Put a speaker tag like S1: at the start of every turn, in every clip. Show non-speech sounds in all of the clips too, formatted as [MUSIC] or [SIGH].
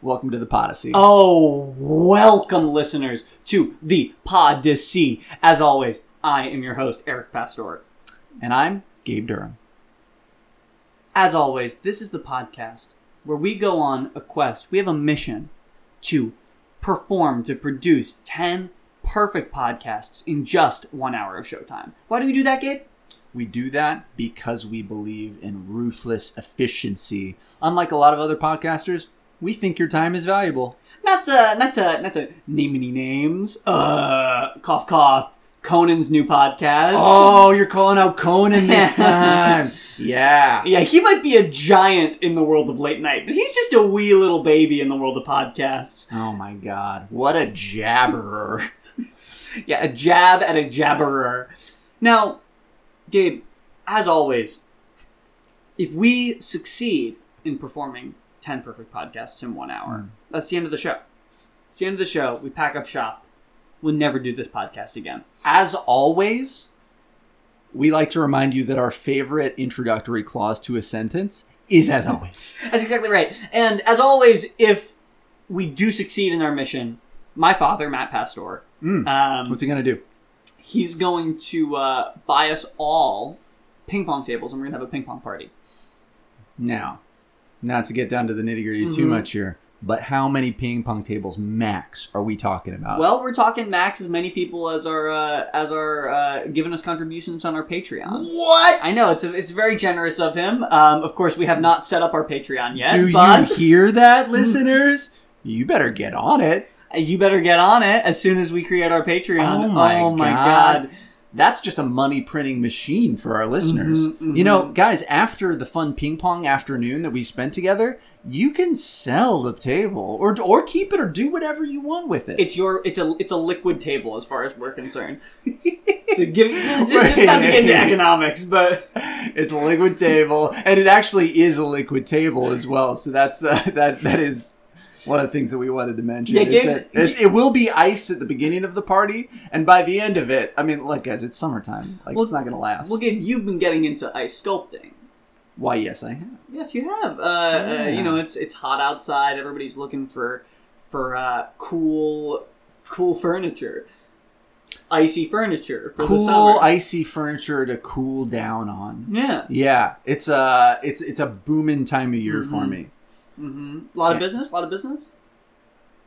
S1: Welcome to the Podyssey.
S2: Oh, welcome, listeners, to the Podyssey. As always, I am your host, Eric Pastor.
S1: And I'm Gabe Durham.
S2: As always, this is the podcast where we go on a quest. We have a mission to perform, to produce 10 perfect podcasts in just one hour of showtime. Why do we do that, Gabe?
S1: We do that because we believe in ruthless efficiency. Unlike a lot of other podcasters, we think your time is valuable.
S2: Not to, not to, not to name any names. Uh, cough, cough. Conan's new podcast.
S1: Oh, you're calling out Conan this time. yeah.
S2: Yeah, he might be a giant in the world of late night, but he's just a wee little baby in the world of podcasts.
S1: Oh my god. What a jabberer.
S2: Yeah, a jab at a jabberer. Now, Gabe, as always, if we succeed in performing 10 perfect podcasts in one hour,
S1: Mm.
S2: that's the end of the show. It's the end of the show. We pack up shop. We'll never do this podcast again.
S1: As always, we like to remind you that our favorite introductory clause to a sentence is as always.
S2: That's exactly right. And as always, if we do succeed in our mission, my father, Matt Pastor,
S1: Mm.
S2: um,
S1: What's he gonna do?
S2: he's going to uh, buy us all ping pong tables and we're going to have a ping pong party.
S1: Now, not to get down to the nitty gritty too
S2: Mhm.
S1: much here, but how many ping pong tables max are we talking about?
S2: Well, we're talking max as many people as are uh, as are uh, giving us contributions on our Patreon.
S1: what?
S2: I know it's it's very generous of him. Um, of course, we have not set up our Patreon yet,
S1: Do
S2: but
S1: you hear
S2: [LAUGHS]
S1: that, listeners? You better get on it.
S2: you better get on it as soon as we create our Patreon.
S1: Oh my
S2: god.
S1: God. That's just a money printing machine for our listeners.
S2: Mhm, mhm.
S1: You know, guys, after the fun ping pong afternoon that we spent together, you can sell the table or or keep it or do whatever you want with it.
S2: It's your it's a it's a liquid table as far as
S1: [LAUGHS]
S2: we're concerned. to give to, to, not to get into economics, but
S1: It's a liquid table, and it actually is a liquid table as well. So that's uh, [LAUGHS] that. That is one of the things that we wanted to mention.
S2: Yeah,
S1: is
S2: give-
S1: that it's, it will be ice at the beginning of the party, and by the end of it, I mean, look, guys, it's summertime. Like
S2: Well-
S1: it's not gonna last.
S2: look at you've been getting into ice sculpting.
S1: Why? Yes, I have.
S2: Yes, you have. Uh, uh,
S1: Yeah.
S2: you know, it's it's hot outside. Everybody's looking for for uh, cool cool furniture, icy furniture for the
S1: Cool
S2: summer.
S1: icy furniture to cool down on.
S2: yeah,
S1: Yeah, it's a it's it's a booming time of year for
S2: Mhm.
S1: me.
S2: hmm a lot of
S1: Yeah.
S2: business, a lot of business.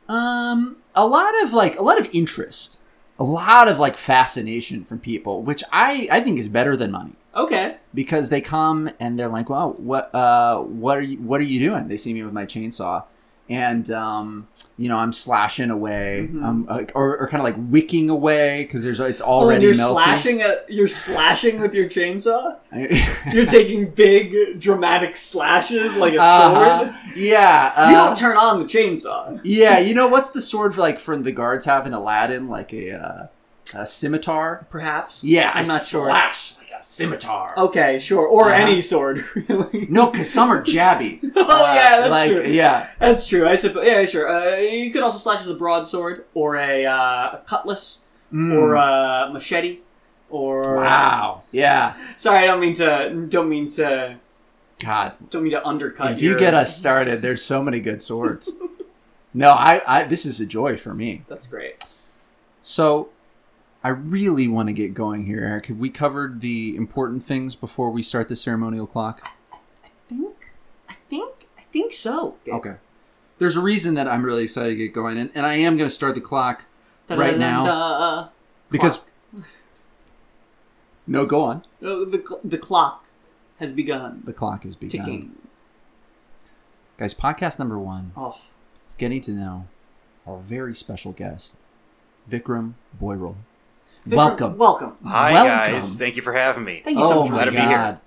S1: Um, a lot of like a lot of interest, a lot of like fascination from people, which I I think is better than money.
S2: Okay,
S1: because they come and they're like, "Wow, what uh, what are you what are you doing?" They see me with my chainsaw, and um, you know I'm slashing away,
S2: Mhm.
S1: um, uh, or, or kind of like wicking away because there's it's already
S2: oh, you're
S1: melting. [LAUGHS]
S2: slashing a, you're slashing with your chainsaw.
S1: I-
S2: You're taking big dramatic slashes like a
S1: Uh-huh.
S2: sword.
S1: Yeah, uh,
S2: you don't turn on the chainsaw.
S1: yeah. You know what's the sword for, like from the guards have in Aladdin, like a uh, a scimitar?
S2: Perhaps.
S1: Yeah,
S2: I'm
S1: I
S2: not sure. Oh.
S1: slash like a scimitar.
S2: Okay, sure, or
S1: Uh-huh.
S2: any sword [LAUGHS] really.
S1: No, because some are jabby.
S2: [LAUGHS]
S1: Uh,
S2: Oh, yeah, that's
S1: like,
S2: true.
S1: Yeah,
S2: That's true. I suppose. Yeah, sure. Uh, you could also slash with a broadsword or a, uh, a cutlass
S1: Mm.
S2: or uh, a machete or.
S1: wow. Yeah,
S2: Sorry, I don't mean to. Don't mean to.
S1: God,
S2: Don't mean to undercut.
S1: if you
S2: your-
S1: get us started, there's so many good
S2: [LAUGHS]
S1: swords. no, I, I this is a joy for me.
S2: That's great.
S1: So I really want to get going here, Eric. Have we covered the important things before we start the ceremonial clock?
S2: I think. I think. I think so.
S1: Okay. There's a reason that I'm really excited to get going, and, and I am going to start the clock right now
S2: Da-da-da-da.
S1: because. No, go on.
S2: Oh, the cl- the clock has begun
S1: The clock is begun.
S2: ticking.
S1: Guys, podcast number one
S2: Oh,
S1: is getting to know our very special guest, Vikram Boyrell.
S2: Victor,
S1: Welcome.
S2: Welcome.
S3: Hi
S1: Welcome.
S3: guys, thank you for having me.
S2: Thank you
S1: oh
S2: so much.
S1: my
S3: Glad to be here.
S1: god!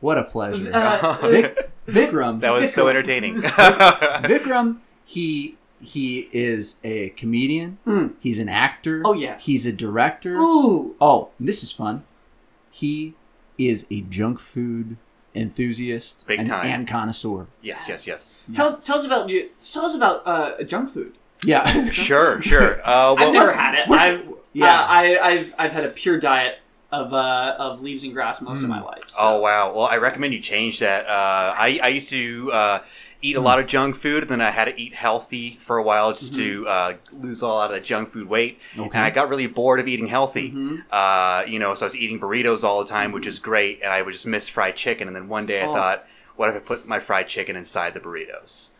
S1: What a pleasure,
S2: [LAUGHS] Uh,
S1: Vic, Vikram.
S3: that was so
S1: Vikram-
S2: [LAUGHS]
S3: entertaining. [LAUGHS]
S1: Vikram. He he is a comedian.
S2: Mm.
S1: He's an actor.
S2: Oh, yeah.
S1: He's a director.
S2: Ooh.
S1: Oh, this is fun. He is a junk food enthusiast
S3: Big
S1: and,
S3: time.
S1: and connoisseur.
S3: yes, yes, yes.
S2: Tell us, tell us about you. Tell us about uh, junk food. [LAUGHS]
S1: Yeah,
S3: Sure, sure. Uh, well,
S2: I've never
S3: let's-
S2: had it.
S1: we're-
S2: I've
S1: yeah.
S2: uh, I, I've I've had a pure diet of uh, of leaves and grass most of
S1: Mm.
S2: my life. so-
S3: Oh wow. Well, I recommend you change that. Uh, I I used to uh, eat a lot of junk food, and then I had to eat healthy for a while just to uh, lose a lot of that junk food weight.
S1: Okay.
S3: And I got really bored of eating healthy.
S1: Mhm.
S3: Uh, you know, so I was eating burritos all the time, which is great, and I would just miss fried chicken. And then one day I
S2: Oh.
S3: thought, what if I put my fried chicken inside the burritos?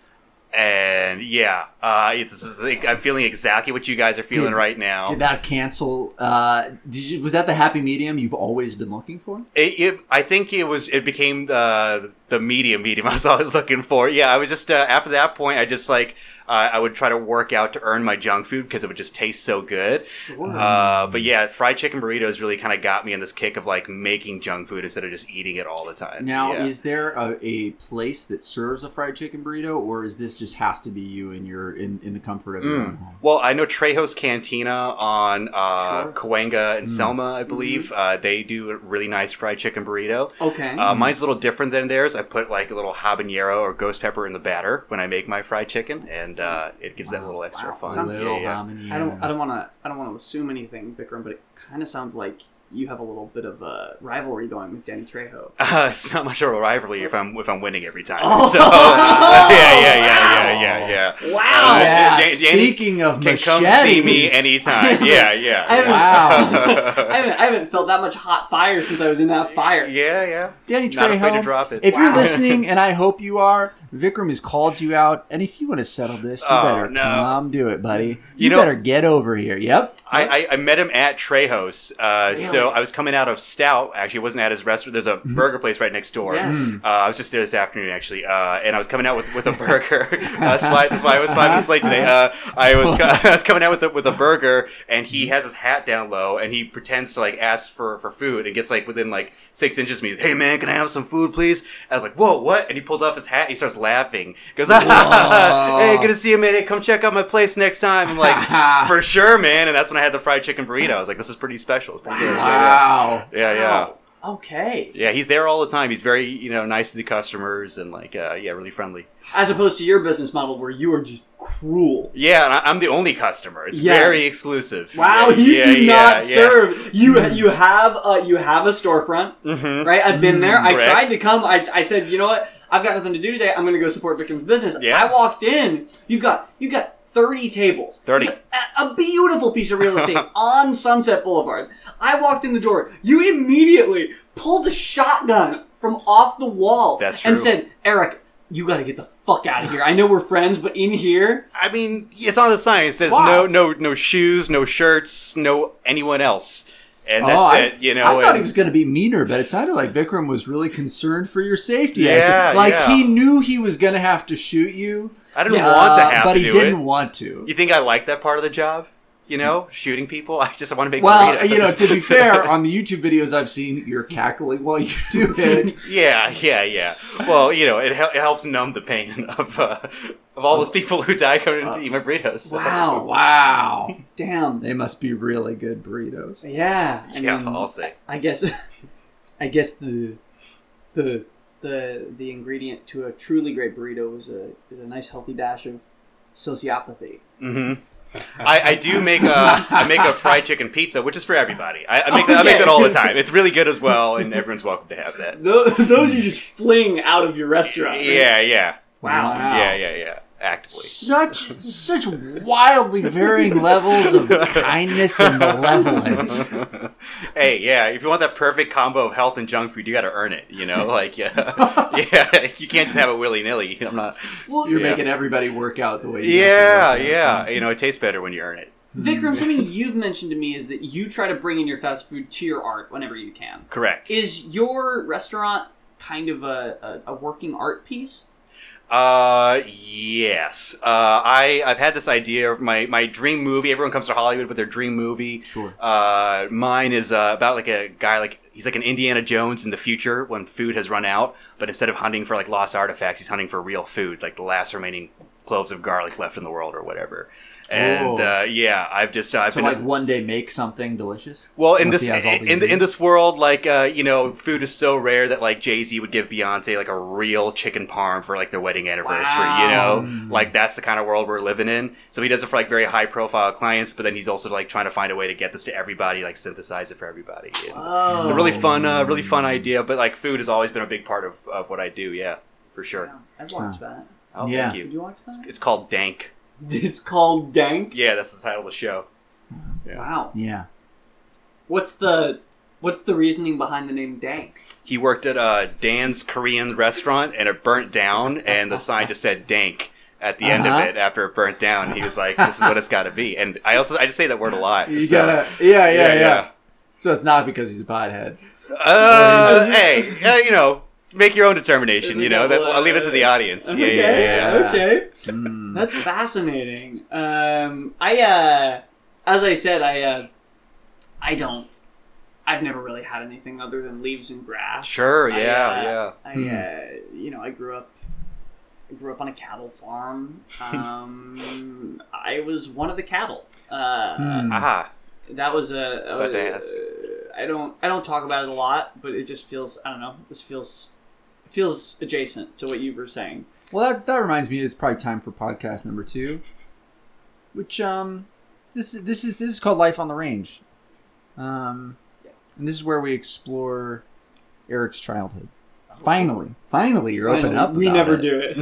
S3: And yeah, uh, it's, I'm feeling exactly what you guys are feeling
S1: Did-
S3: right now.
S1: Did that cancel? Uh, did you, was that the happy medium you've always been looking for?
S3: It, it, I think it was. It became the the medium medium [LAUGHS] I was always looking for. Yeah, I was just uh, after that point. I just like uh, I would try to work out to earn my junk food because it would just taste so good.
S2: Sure.
S3: Uh, but yeah, fried chicken burritos really kind of got me in this kick of like making junk food instead of just eating it all the
S2: Uh,
S3: time.
S1: Now,
S3: yeah.
S1: is there a, a place that serves a fried chicken burrito, or is this just has to be you in your in, in the comfort of
S2: Mm.
S1: your own home?
S3: well, I know Trejo's Cantina on uh,
S2: Sure.
S3: Cahuenga
S1: Mm. Mm-hmm.
S3: and Selma, I believe. Uh, they do a really nice fried chicken burrito.
S2: okay.
S3: Uh, mine's a little different than theirs. I put like a little habanero or ghost pepper in the batter when I make my fried chicken, and uh, it gives that
S1: Wow.
S3: little extra
S2: Wow.
S3: fun.
S2: Sounds-
S1: Little
S3: yeah, yeah.
S1: ramen,
S2: I don't.
S1: yeah.
S2: I don't want to. I don't want to assume anything, Vikram. But it kind of sounds like you have a little bit of a rivalry going with Danny Trejo.
S3: [LAUGHS] Uh, it's not much of a rivalry if I'm if I'm winning every time.
S2: Oh.
S3: So [LAUGHS] yeah, yeah, yeah, yeah, yeah, yeah.
S2: Wow.
S3: Uh,
S1: [LAUGHS] yeah,
S3: Dan- Danny
S1: speaking of
S3: Can come see
S1: machetes.
S2: [LAUGHS]
S3: me anytime. Yeah, yeah.
S2: I haven't-
S1: Wow.
S2: I haven't, I haven't felt that much hot fire since I was in that fire.
S3: [LAUGHS] Yeah, yeah.
S1: Danny
S3: Not afraid to
S1: Trejo,
S3: drop it.
S1: if you're
S2: Wow.
S1: listening, and I hope you are, Vikram has called you out, and if you want to settle this, you
S3: Oh,
S1: better
S3: no.
S1: come do it, buddy. You,
S3: know-
S1: better get over here. Yep.
S3: I, I, I met him at Trejo's. Uh, so
S2: Really? Mm-hmm.
S3: I was coming out of Stout. Actually, it wasn't at his restaurant. There's a burger place right next door.
S2: Yes.
S3: Uh, I was just there this afternoon, actually, uh, and I was coming out with,
S2: [LAUGHS]
S3: with a burger. [LAUGHS] that's why that's why I was five minutes late today. Uh, I was co- [LAUGHS] I was coming out with a, with a burger, and he has his hat down low, and he pretends to like ask for, for food, and gets like within like six inches of me. Hey man, can I have some food, please? I was like, whoa, what? And he pulls off his hat, and he starts laughing. He goes, [LAUGHS]
S1: Whoa.
S3: hey, good to see you, man. Hey, come check out my place next time.
S2: [LAUGHS]
S3: I'm like, for sure, man. And that's when I had the fried chicken burrito. I was like, this is pretty special. It's pretty good. Yeah,
S1: Wow.
S3: yeah. yeah, yeah.
S2: Wow. Okay.
S3: Yeah, he's there all the time. He's very, you know, nice to the customers and like, uh, yeah, really friendly.
S2: As opposed to your business model where you are just cruel.
S3: Yeah, and I, I'm the only customer. It's
S2: Yeah.
S3: very exclusive.
S2: Wow,
S3: Yeah,
S2: you
S3: yeah,
S2: do not
S3: yeah, Mm.
S2: serve. You you have a you have a storefront,
S3: Yeah. hmm
S2: right? I've been there. I
S3: Correct.
S2: tried to come. I, I said, you know what? I've got nothing to do today. I'm going to go support Victim's Business.
S3: Yeah.
S2: I walked in. You've got you've got thirty tables.
S3: 30.
S2: A, a beautiful piece of real
S3: [LAUGHS]
S2: estate on Sunset Boulevard. I walked in the door. You immediately pulled a shotgun from off the wall
S3: That's
S2: and
S3: true.
S2: said, Eric, you got to get the fuck out of here. I know we're friends, but in here,
S3: [LAUGHS] I mean, it's on the sign. It says
S1: Wow.
S3: no, no, no shoes, no shirts, no anyone else, and that's
S1: Oh, I-
S3: it. You know,
S1: I thought
S3: and-
S1: he was going to be meaner, but it sounded like Vikram was really concerned for your safety.
S3: Yeah,
S1: actually. like
S3: yeah.
S1: he knew he was going to have to shoot you.
S3: I didn't
S1: uh,
S3: want to have
S1: but
S3: to
S1: he
S3: do
S1: didn't
S3: it.
S1: want to.
S3: You think I like that part of the job? You know, shooting people. [LAUGHS] I just want to make.
S1: Well,
S3: burritos.
S1: you know, to
S3: [LAUGHS]
S1: be fair, on the YouTube videos I've seen, you're cackling while you do it.
S3: yeah, yeah, yeah. Well, you know, it, hel- it helps numb the pain [LAUGHS] of uh, of all those people who die coming in to eat my burritos. So.
S2: wow,
S1: Oh, Wow.
S2: damn.
S1: They must be really good burritos.
S2: Yeah. I
S3: Yeah,
S2: mean,
S3: I'll say.
S2: I guess [LAUGHS] I guess the the the the ingredient to a truly great burrito is a is a nice healthy dash of sociopathy.
S3: hmm I, I do make a I make a fried chicken pizza, which is for everybody. I, I make
S1: Oh,
S3: that, I make
S2: Okay.
S3: that all the time. It's really good as well, and everyone's welcome to have that.
S2: Those, [LAUGHS] those you just fling out of your restaurant. right?
S3: Yeah, yeah,
S2: Wow.
S1: Wow.
S3: yeah, yeah, yeah. Actively. [LAUGHS]
S1: Such such wildly varying levels of kindness and malevolence.
S3: hey, yeah, if you want that perfect combo of health and junk food, you got to earn it. You know,
S1: [LAUGHS]
S3: like [LAUGHS] yeah, yeah, you can't just have it willy nilly. I'm not.
S2: Well,
S1: You're
S3: Yeah.
S1: making everybody work out the way. You
S3: Yeah,
S1: have to work out.
S3: yeah, you know, it tastes better when you earn it.
S2: Vikram, something you've mentioned to me is that you try to bring in your fast food to your art whenever you can.
S3: Correct.
S2: Is your restaurant kind of a, a, a working art piece?
S3: Uh, yes. Uh, I I've had this idea of my my dream movie. Everyone comes to Hollywood with their dream movie.
S1: Sure.
S3: Uh, mine is uh, about like a guy like he's like an Indiana Jones in the future when food has run out, but instead of hunting for like lost artifacts, he's hunting for real food, like the last remaining cloves of garlic left in the world or whatever. And
S1: Oh.
S3: uh, yeah, I've just I've
S1: To
S3: been
S1: like one day make something delicious.
S3: well, in
S1: Once
S3: this
S1: he has all the
S3: in, in
S1: ingredients.
S3: this world, like uh, you know, food is so rare that like Jay Z would give Beyonce like a real chicken parm for like their wedding anniversary.
S2: Wow.
S3: You know, like that's the kind of world we're living in. So he does it for like very high profile clients, but then he's also like trying to find a way to get this to everybody, like synthesize it for everybody. And
S2: Oh,
S3: It's a really fun, uh, really fun idea. But like food has always been a big part of, of what I do. Yeah, for sure.
S2: I'd watch Oh, that.
S3: Oh,
S1: Yeah.
S3: thank
S2: Did
S3: you.
S2: you watch that?
S3: It's called Dank.
S2: It's called Dank.
S3: Yeah, that's the title of the show. Yeah.
S2: Wow.
S1: Yeah.
S2: What's the what's the reasoning behind the name Dank?
S3: He worked at uh, Dan's Korean restaurant, and it burnt down, and the sign just said "dank" at the end of
S1: Uh-huh.
S3: it after it burnt down. He was like, "This is what it's got to be." And I also I just say that word a lot.
S1: You
S3: so-
S1: gotta, yeah, yeah, yeah,
S3: yeah.
S1: So it's not because he's a pothead.
S3: Uh, hey, uh, you know, make your own determination. You know, that, I'll leave it to the audience. [LAUGHS] Yeah,
S2: okay,
S3: yeah, yeah.
S1: yeah.
S2: Okay.
S1: Mm.
S2: That's fascinating. Um, I, uh, as I said, I, uh, I don't. I've never really had anything other than leaves and grass.
S3: Sure,
S2: I,
S3: yeah,
S2: uh,
S3: yeah.
S2: I,
S1: Hmm.
S2: uh, you know, I grew up. I grew up on a cattle
S3: [LAUGHS]
S2: farm. Um, I was one of the cattle. Uh,
S1: Hmm.
S3: Aha. [LAUGHS]
S2: That was a.
S3: about
S2: a-
S3: to ask.
S2: I don't. I don't talk about it a lot, but it just feels. I don't know. This feels. Feels adjacent to what you were saying.
S1: Well, that, that reminds me, it's probably time for podcast number two, which um, this this is this is called Life on the Range, um, and this is where we explore Eric's childhood. Finally, finally, you're open
S2: Finally,
S1: up.
S2: We
S1: about [LAUGHS]
S2: never
S1: it.
S2: do it.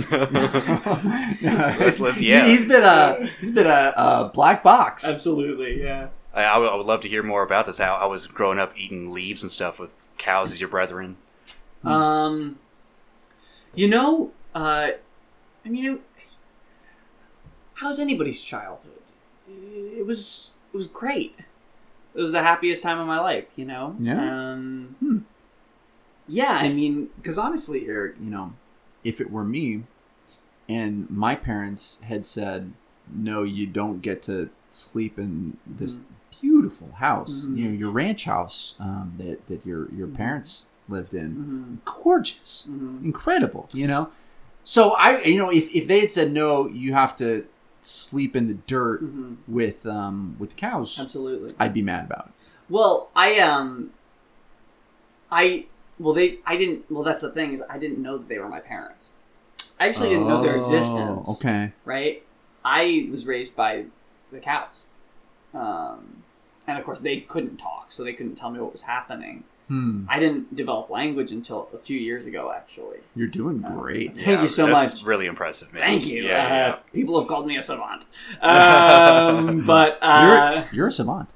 S1: let's,
S3: Let's- let's- yeah.
S1: He's been a he's been a, a black box.
S2: Absolutely, yeah.
S3: I, I, would, I would love to hear more about this. How I was growing up eating leaves and stuff with cows as your brethren.
S1: Hmm.
S2: Um, you know, uh, I mean, it- how's anybody's childhood? It was it was great. It was the happiest time of my life. You know.
S1: Yeah.
S2: Um,
S1: Hmm.
S2: Yeah, I mean,
S1: because honestly, Eric, you know, if it were me, and my parents had said, "No, you don't get to sleep in this
S2: Mm-hmm.
S1: beautiful house,
S2: Mhm.
S1: you know, your ranch house um, that that your your
S2: Mhm.
S1: parents lived in,
S2: mhm,
S1: gorgeous,
S2: mhm.
S1: incredible, you know." So I, you know, if if they had said, "No, you have to sleep in the dirt
S2: Mhm,
S1: with um with the cows,"
S2: absolutely.
S1: I'd be mad about it.
S2: Well, I um, I well they I didn't well that's the thing is I didn't know that they were my parents. I actually didn't know their
S1: Oh,
S2: existence.
S1: Okay.
S2: right? I was raised by the cows, um, and of course they couldn't talk, so they couldn't tell me what was happening.
S1: Hmm.
S2: I didn't develop language until a few years ago, actually.
S1: You're doing great.
S2: Thank you so
S3: that's
S2: much.
S3: Really impressive, man.
S2: Thank you.
S3: Yeah,
S2: uh,
S3: yeah.
S2: People have called me a
S3: [LAUGHS]
S2: savant, um, but uh,
S1: you're you're a savant.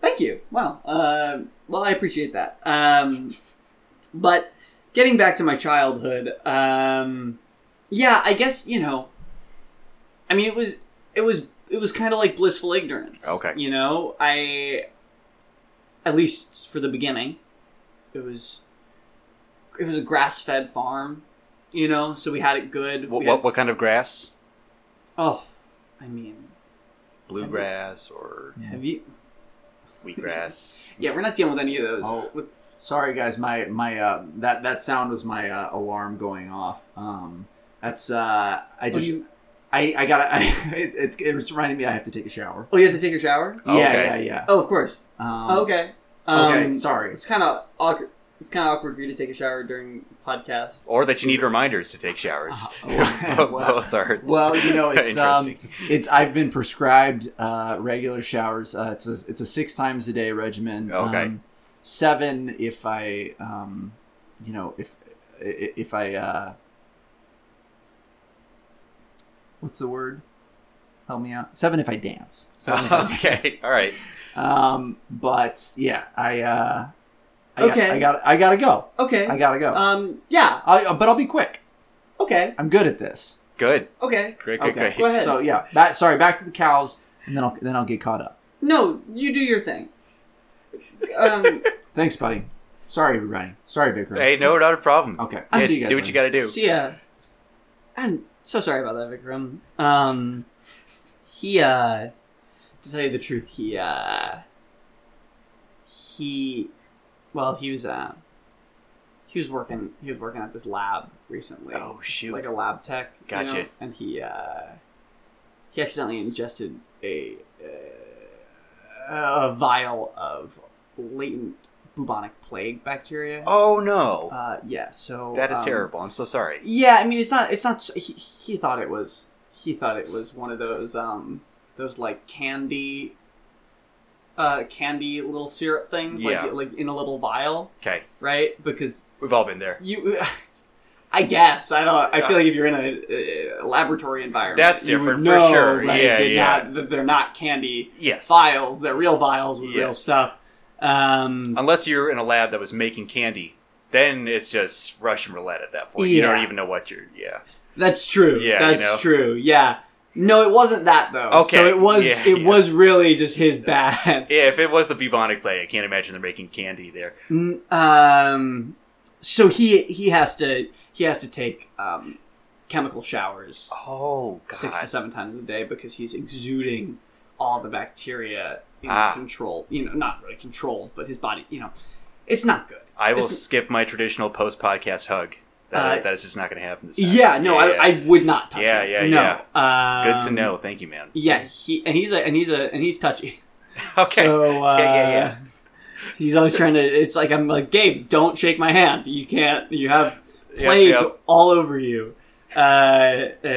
S2: Thank you. Wow. Uh, well, I appreciate that. Um, but getting back to my childhood, um, yeah, I guess you know. I mean, it was it was it was kind of like blissful ignorance.
S3: Okay.
S2: You know, I at least for the beginning, it was it was a grass fed farm. You know, so we had it good.
S3: What,
S2: We had-
S3: what, what kind of grass?
S2: Oh, I mean,
S3: Bluegrass or
S2: have you?
S3: wheatgrass?
S2: Yeah, we're not dealing with any of those.
S1: Oh.
S2: With,
S1: Sorry, guys. My my uh, that that sound was my uh, alarm going off. Um, that's uh, I
S2: oh,
S1: just
S2: you,
S1: I I gotta. [LAUGHS] I, it's it's it's reminding me I have to take a shower.
S2: oh, you have to take a shower.
S3: Okay.
S1: Yeah, yeah, yeah.
S2: Oh, of course.
S1: Um,
S2: Oh, okay. Um,
S1: Okay. sorry.
S2: It's kind of awkward. It's kind of awkward for you to take a shower during podcast.
S3: Or that you need reminders to take showers.
S1: Uh,
S3: [LAUGHS] Both-
S1: well-
S3: Both are
S1: Well, you
S3: [LAUGHS]
S1: know, it's um,
S3: interesting.
S1: it's I've been prescribed uh, regular showers. Uh, it's a, it's a six times a day regimen.
S3: Okay.
S1: Um, seven if I um, you know, if i- i- if I uh, what's the word? Help me out. Seven if I dance. Seven if
S3: [LAUGHS]
S1: I dance.
S3: okay, all right.
S1: Um, but yeah, I uh, I
S2: Okay.
S1: Got, I got I gotta go.
S2: Okay.
S1: I gotta go.
S2: um. Yeah.
S1: I, but I'll be quick.
S2: Okay.
S1: I'm good at this.
S3: Good.
S2: Okay.
S3: Great, great,
S1: Okay.
S2: Go
S3: great.
S2: ahead.
S1: So yeah, back, sorry. Back to the cows, and then I'll then I'll get caught up.
S2: No, you do your thing. Um. [LAUGHS]
S1: Thanks, buddy. Sorry, everybody. Sorry, Vicar.
S3: Hey, no, not a problem.
S1: Okay.
S3: Yeah,
S1: I'll see you guys.
S3: do what you
S1: later.
S3: got to do.
S2: See ya. I'm so sorry about that, Vikram. Um. He uh. To tell you the truth, he uh. He, well, he was uh. He was working. He was working at this lab recently.
S3: Oh shoot!
S2: like a lab tech. you
S3: Gotcha.
S2: know? And he uh, he accidentally ingested a uh, a vial of latent bubonic plague bacteria.
S3: oh no,
S2: Uh, yeah.
S1: Oh,
S2: So
S3: that is
S2: um,
S3: terrible. I'm so sorry.
S2: Yeah, I mean it's not. It's not. s- He, he thought it was. He thought it was one of those um those like candy. Uh, candy little syrup things,
S3: Yeah.
S2: like like in a little vial,
S3: Okay,
S2: right? Because
S3: we've all been there.
S2: you, I guess I don't. I feel like if you're in a, uh laboratory environment,
S3: That's
S2: you would
S3: different, for
S2: know,
S3: sure.
S2: like,
S3: Yeah,
S2: they're
S3: yeah.
S2: Not, that they're not candy
S3: Yes.
S2: vials. They're real vials with real
S3: Yes.
S2: stuff. Um,
S3: Unless you're in a lab that was making candy, then it's just Russian roulette at that point. You don't
S2: Yeah.
S3: even know what you're. Yeah.
S2: That's true.
S3: Yeah, you
S2: that's
S3: know.
S2: true. Yeah. No, it wasn't that though.
S3: Okay,
S2: So it was
S3: yeah,
S2: it
S3: yeah.
S2: was really just his bad.
S3: Yeah, if it was the bubonic plague, I can't imagine they're making candy there.
S2: N- um so he he has to he has to take um chemical showers
S3: Oh, God.
S2: 6 to 7 times a day because he's exuding all the bacteria in
S3: Ah.
S2: control. You know, not really controlled, but his body, you know. It's not good.
S3: I will
S2: This is-
S3: skip my traditional post podcast hug. That,
S2: Uh,
S3: that is just not going to happen this time.
S2: Yeah, no,
S3: Yeah,
S2: I, Um, I would not touch
S3: Yeah,
S2: it.
S3: yeah,
S2: no. yeah.
S3: Good to know. Thank you, man.
S2: Yeah, he and he's a and he's a and he's touchy.
S3: [LAUGHS]
S2: [LAUGHS]
S3: Okay.
S2: So, uh,
S3: [LAUGHS] Yeah, yeah, yeah.
S2: He's always trying to. It's like I'm like Gabe. Don't shake my hand. You can't. You have
S3: Yep,
S2: plague
S3: yep.
S2: all over you. Uh, uh,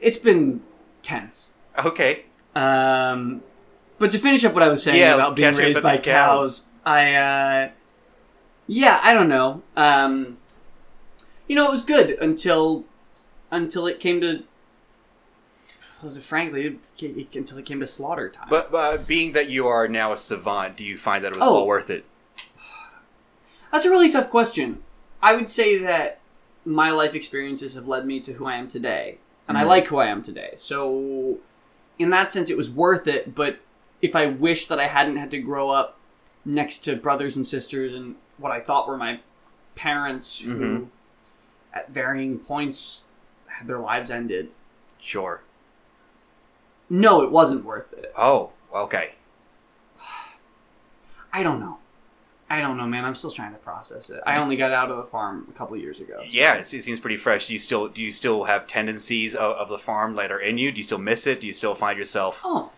S2: it's been tense.
S3: Okay.
S2: Um, but to finish up what I was saying
S3: Yeah, let's
S2: about being
S3: catch up
S2: raised
S3: with
S2: by
S3: these cows.
S2: cows, I uh, yeah, I don't know. Um, you know, it was good until until it came to. Was it frankly it- until it came to slaughter time?
S3: But uh, being that you are now a savant, do you find that it was
S2: Oh.
S3: all worth it?
S2: That's a really tough question. I would say that my life experiences have led me to who I am today, and I
S3: Mhm.
S2: like who I am today. So, in that sense, it was worth it. But if I wish that I hadn't had to grow up next to brothers and sisters and what I thought were my parents, who
S3: Mhm.
S2: at varying points had their lives ended,
S3: Sure.
S2: no, it wasn't worth it.
S3: Oh, okay.
S2: I don't know. I don't know, man. I'm still trying to process it. I only got out of the farm a couple years ago. so-
S3: Yeah, it se- seems pretty fresh. Do you still do you still have tendencies of, of the farm that are in you? Do you still miss it? Do you still find yourself
S2: Oh,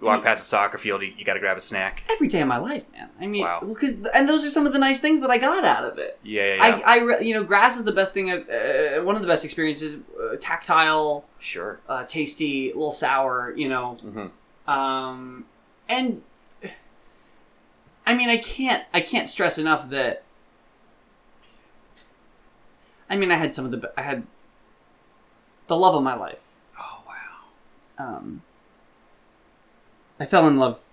S3: you walk past a soccer field? You, you got to grab a snack.
S2: every day of my life, man. I mean,
S3: Wow.
S2: well, 'cause and those are some of the nice things that I got out of it.
S3: Yeah, yeah, yeah.
S2: I, I, re- you know, grass is the best thing. I've, uh, one of the best experiences, uh, tactile,
S3: sure.
S2: uh, tasty, a little sour, you know.
S3: hmm
S2: Um, and I mean, I can't, I can't stress enough that. I mean, I had some of the, be- I had the love of my life.
S3: Oh wow.
S2: Um, I fell in love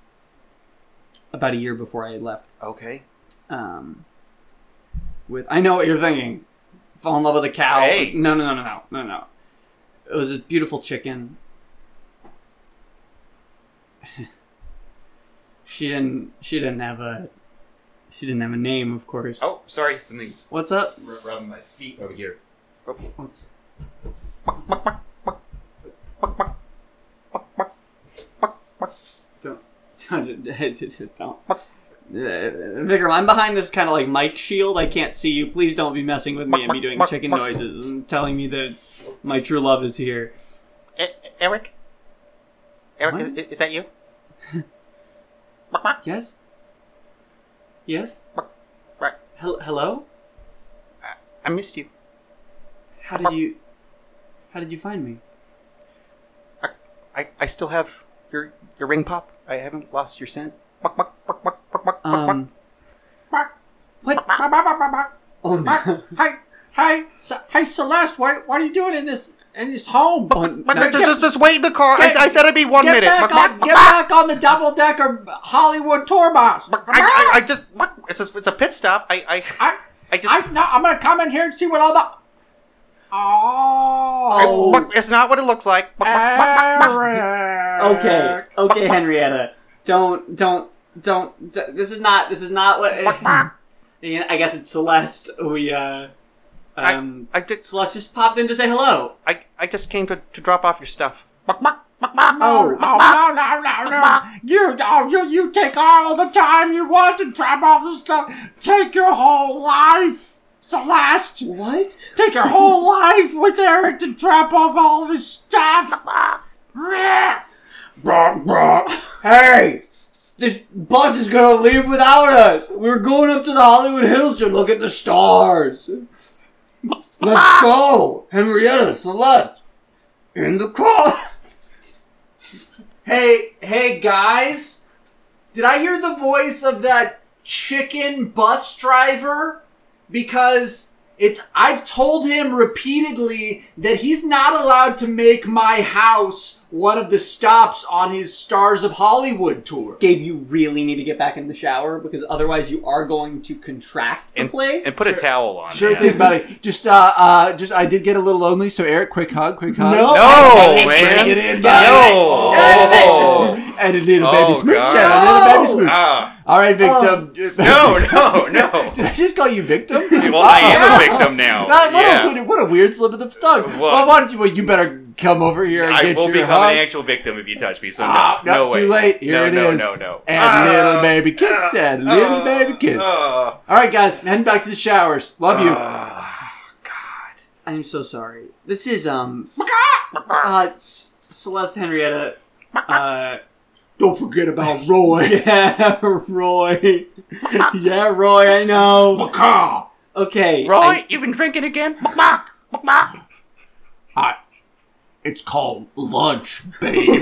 S2: about a year before I had left
S3: Okay.
S2: um, with I know what you're thinking. Fall in love with a cow.
S3: Hey.
S2: No, no, no, no, no, no, no. It was a beautiful chicken. [LAUGHS] she didn't. She didn't have a. She didn't have a name, of course.
S3: Oh, sorry. Something's
S2: What's up?
S4: r- rubbing my feet over here.
S2: What's don't [LAUGHS] don't don't. Uh, Vikram, I'm behind this kind of like mic shield. I can't see you. Please don't be messing with me and me doing chicken noises and telling me that my true love is here.
S4: E, Eric?
S2: What?
S4: Eric, is, is that you? I,
S2: Yes. Yes.
S4: Right.
S2: Hel- hello.
S4: I missed you.
S2: How did you? How did you find me?
S4: I, I still have your your ring pop. I haven't lost your scent.
S2: Um. What? Oh no.
S5: [LAUGHS]
S2: [LAUGHS]
S5: Hi, hi, Sa- hi, Celeste. What, what are you doing in this in this home?
S2: Oh, no.
S4: Just, just, just wait in the car. I, s- I said it'd be one
S5: Get
S4: minute.
S5: back, on, get back on the double decker Hollywood tour bus.
S4: I, I, I just it's a, it's a pit stop. I I,
S5: I,
S4: I just
S5: I, no, I'm gonna come in here and see what all the.
S4: I-
S5: Oh,
S4: it's not what it looks like.
S5: Eric.
S2: Okay. Okay, Henrietta. Don't. Don't. Don't. d- This is not. This is not what. [LAUGHS] Yeah, I guess it's Celeste. We uh. Um.
S4: I just
S2: Celeste just popped in to say hello.
S4: I, I just came to, to drop off your stuff.
S5: No, Oh, no, no, no, no, no. You, oh, you, you take all the time you want to drop off the stuff. Take your whole life, Celeste.
S2: What?
S5: Take your whole life with Eric to drop off all of his stuff.
S2: Hey! This bus is gonna leave without us! We're going up to the Hollywood Hills to look at the stars! [LAUGHS] Let's go! Henrietta, Celeste, in the car!
S1: Hey, hey guys! Did I hear the voice of that chicken bus driver? Because
S5: It's I've told him repeatedly that he's not allowed to make my house one of the stops on his Stars of Hollywood tour.
S2: Gabe, you really need to get back in the shower because otherwise you are going to contract the
S3: And,
S2: plague.
S3: and put a towel on.
S1: Sure
S3: man.
S1: thing, buddy. Just uh, uh, just I did get a little lonely, so Eric, quick hug, quick hug.
S2: No.
S3: No,
S2: Bring
S3: man.
S1: it in,
S3: no.
S1: buddy.
S3: Oh.
S1: [LAUGHS] and a little baby
S3: Oh,
S1: smooch,
S3: God.
S1: and a little baby smooch.
S3: Ah.
S1: All right, victim.
S3: No, no, [LAUGHS] no.
S1: Did I just call you victim?
S3: Oh. [LAUGHS] Well, I
S1: [LAUGHS]
S3: am
S1: Uh-oh.
S3: a victim now.
S1: Nah, what,
S3: yeah.
S1: a, weird- what a weird slip of the tongue.
S3: What?
S1: Well, why don't you? Well, you better come over here and
S3: I
S1: get
S3: will
S1: your
S3: become
S1: hug.
S3: an actual victim if you touch me. So no,
S1: Ah,
S3: no
S1: not
S3: way.
S1: too late. Here
S3: no,
S1: it
S3: no,
S1: is.
S3: no, no,
S1: And little baby kiss.
S3: ah,
S1: and little
S3: ah,
S1: baby kiss.
S3: ah,
S1: All right, guys, heading back to the showers. Love you.
S3: ah.
S2: I'm so sorry. This is
S3: [LAUGHS]
S2: um uh, S- Celeste Henrietta. [LAUGHS] Uh,
S1: Don't forget about Roy. [LAUGHS]
S2: yeah, Roy. [LAUGHS] yeah, Roy. I know.
S1: Carl.
S2: Okay,
S3: Roy,
S2: I-
S3: you've been drinking again?
S1: I, it's called lunch,
S3: [LAUGHS]
S1: babe.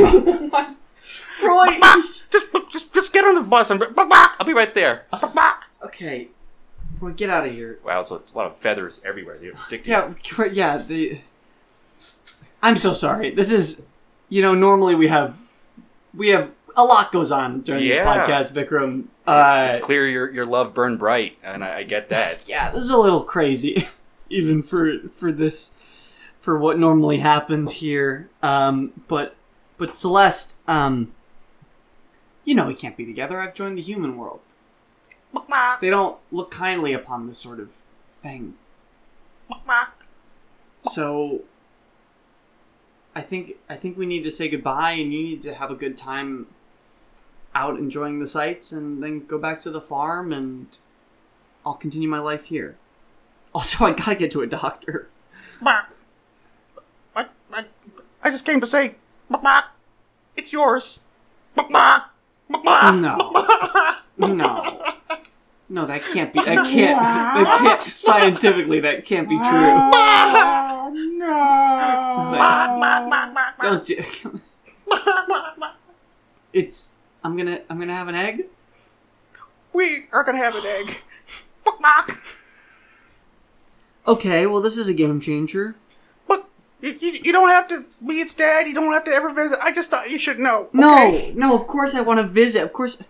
S2: Roy.
S3: Just, just, just get on the bus and I'll be right there.
S2: [LAUGHS] okay, Roy, get out of here.
S3: Wow, so a lot of feathers everywhere. They don't stick to you.
S2: Yeah, c- yeah. The I'm so sorry. This is, you know, normally we have we have a lot goes on during
S3: Yeah.
S2: this podcast, Vikram. Uh,
S3: It's clear your your love burned bright, and I, I get that.
S2: yeah, this is a little crazy, [LAUGHS] even for for this for what normally happens here. Um, but but Celeste, um, you know, we can't be together. I've joined the human world. They don't look kindly upon this sort of thing. So I think I think we need to say goodbye, and you need to have a good time out enjoying the sights, and then go back to the farm and I'll continue my life here. Also, I gotta get to a doctor.
S4: I, I, I just came to say, it's yours.
S2: No. No. No, that can't be. [LAUGHS] That can't. That can't. Scientifically, that can't be true. [LAUGHS]
S5: Oh no!
S2: Don't do. [LAUGHS] It's. I'm gonna. I'm gonna have an egg.
S4: We are gonna have an egg.
S3: [LAUGHS]
S2: Okay. Well, this is a game changer.
S4: Look, you, you you don't have to be its dad. You don't have to ever visit. I just thought you should know.
S2: No.
S4: okay?
S2: No. Of course, I want to visit. Of course.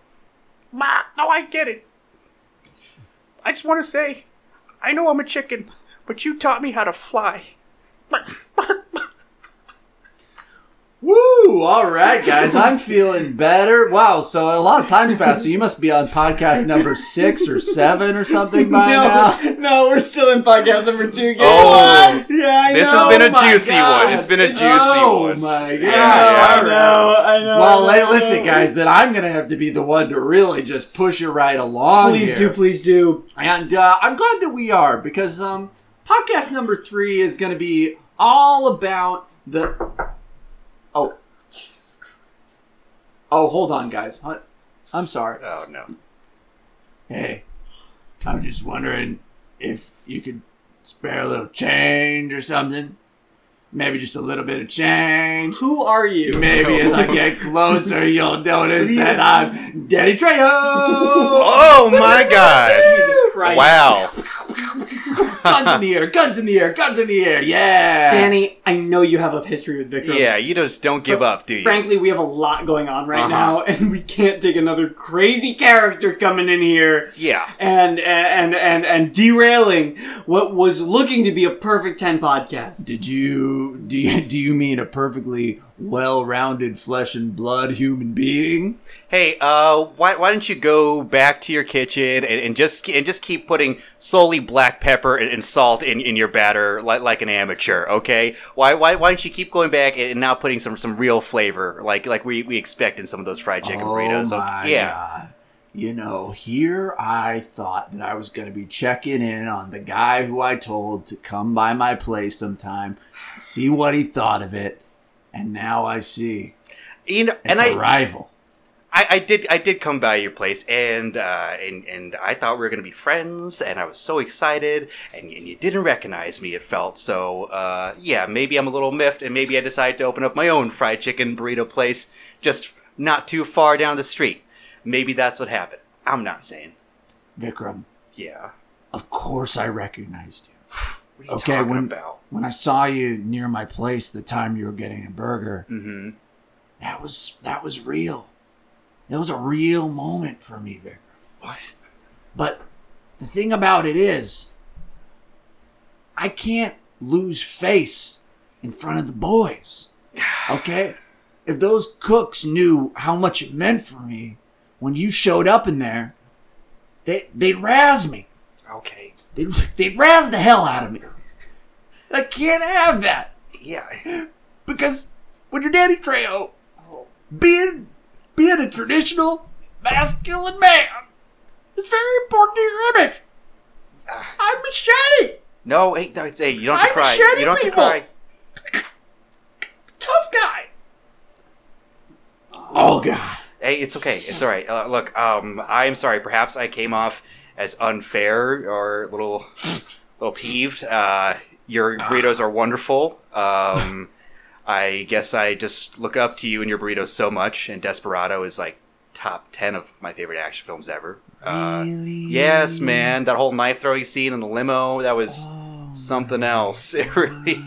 S4: Ma, no, I get it. I just want to say, I know I'm a chicken, but you taught me how to fly.
S1: Woo! All right, guys, I'm feeling better. Wow, so a lot of times passed. So you must be on podcast number six or seven or something by now.
S2: No. We're still in podcast number two. Gabe.
S3: Oh.
S2: Yeah. I
S3: This has
S2: know.
S3: been a
S2: Oh my
S3: juicy
S2: God.
S3: one. It's been a juicy
S1: Oh
S3: one.
S1: my god!
S3: Yeah,
S2: I know. I know.
S1: Well,
S2: I
S1: hey,
S2: know.
S1: listen, guys. Then I'm gonna have to be the one to really just push you right along.
S2: Please
S1: here.
S2: do. Please do.
S1: And uh, I'm glad that we are because um, podcast number three is going to be all about the. Oh. Oh, hold on, guys. Huh? I'm sorry.
S3: Oh no.
S1: Hey, I'm just wondering if you could spare a little change or something. Maybe just a little bit of
S3: [LAUGHS]
S1: change.
S2: Who are you?
S1: Maybe as I get closer, you'll notice that I'm Daddy Trejo.
S3: Oh my god!
S2: Jesus Christ.
S3: Wow.
S1: guns in the air, guns in the air, guns in the air. Yeah.
S2: Danny, I know you have a history with Vikram.
S3: Yeah, you just don't give up, do you?
S2: Frankly, we have a lot going on right
S3: Uh-huh.
S2: now, and we can't take another crazy character coming in here
S3: [LAUGHS] yeah.
S2: and and and and derailing what was looking to be a perfect ten podcast.
S1: Did you do you, do you mean a perfectly well-rounded flesh and blood human being?
S3: Hey, uh, why, why don't you go back to your kitchen and, and just and just keep putting solely black pepper and, and salt in, in your batter like, like an amateur, okay? Why, why why don't you keep going back and now putting some some real flavor like like we, we expect in some of those fried chicken burritos?
S1: oh
S3: So,
S1: my
S3: yeah.
S1: god. You know, here I thought that I was going to be checking in on the guy who I told to come by my place sometime, see what he thought of it, and now I see.
S3: You know,
S1: It's
S3: and
S1: a
S3: I,
S1: rival.
S3: I I did I did come by your place and uh and and I thought we were gonna be friends and I was so excited and, and you didn't recognize me it felt so uh yeah maybe I'm a little miffed and maybe I decide to open up my own fried chicken burrito place just not too far down the street maybe that's what happened I'm not saying
S1: Vikram,
S3: yeah
S1: of course I recognized you.
S3: What are you
S1: Okay,
S3: talking
S1: when-
S3: about?
S1: When I saw you near my place the time you were getting a burger,
S3: Mm-hmm.
S1: that was that was real. It was a real moment for me, Vic.
S3: What?
S1: But the thing about it is, I can't lose face in front of the
S3: [SIGHS]
S1: boys. Okay? If those cooks knew how much it meant for me when you showed up in there, they, they'd razz me.
S3: Okay.
S1: They'd, they'd razz the hell out of me. I can't have that [GASPS]
S3: Yeah.
S1: because when your daddy Trejo, being being a traditional masculine man, is very important to your image. I'm machete,
S3: No, hey, no, it's- hey, you don't have
S1: I'm
S3: to cry.
S1: shitty
S3: You don't have to
S1: people.
S3: cry.
S1: tough guy. Oh God!
S3: Hey, it's okay. It's all right. Uh, look, um, I'm sorry. Perhaps I came off as unfair or a little, little peeved. Uh, your
S1: Ah.
S3: burritos are wonderful. Um, I guess I just look up to you and your burritos so much. And Desperado is like top ten of my favorite action films ever. Uh,
S1: really?
S3: yes, man. That whole knife throwing scene in the limo—that was
S1: Oh,
S3: something else. [LAUGHS] It really.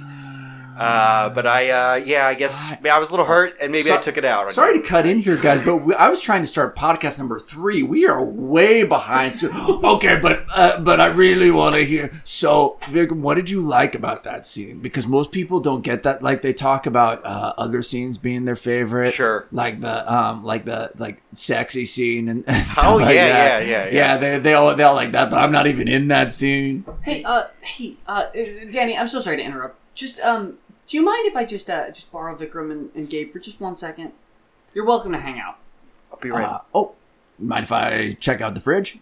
S3: Uh, but I, uh, yeah, I guess I, I was a little hurt, and maybe I
S1: So-
S3: took it out.
S1: Sorry to cut in here, guys, but we, I was trying to start podcast number three. We are way behind. So, okay, but uh, but I really want to hear. So, Vikram, what did you like about that scene? Because most people don't get that. Like they talk about uh, other scenes being their favorite.
S3: Sure.
S1: Like the um, like the like sexy scene and, and stuff
S3: Oh yeah,
S1: like
S3: yeah,
S1: that.
S3: yeah, yeah,
S1: Yeah, they they all they all like that, but I'm not even in that scene.
S2: Hey, uh, hey, uh, Danny, I'm so sorry to interrupt. Just, um, do you mind if I just, uh, just borrow Vikram and, and Gabe for just one second? You're welcome to hang out.
S3: I'll be right.
S1: Uh, oh, mind if I check out the fridge?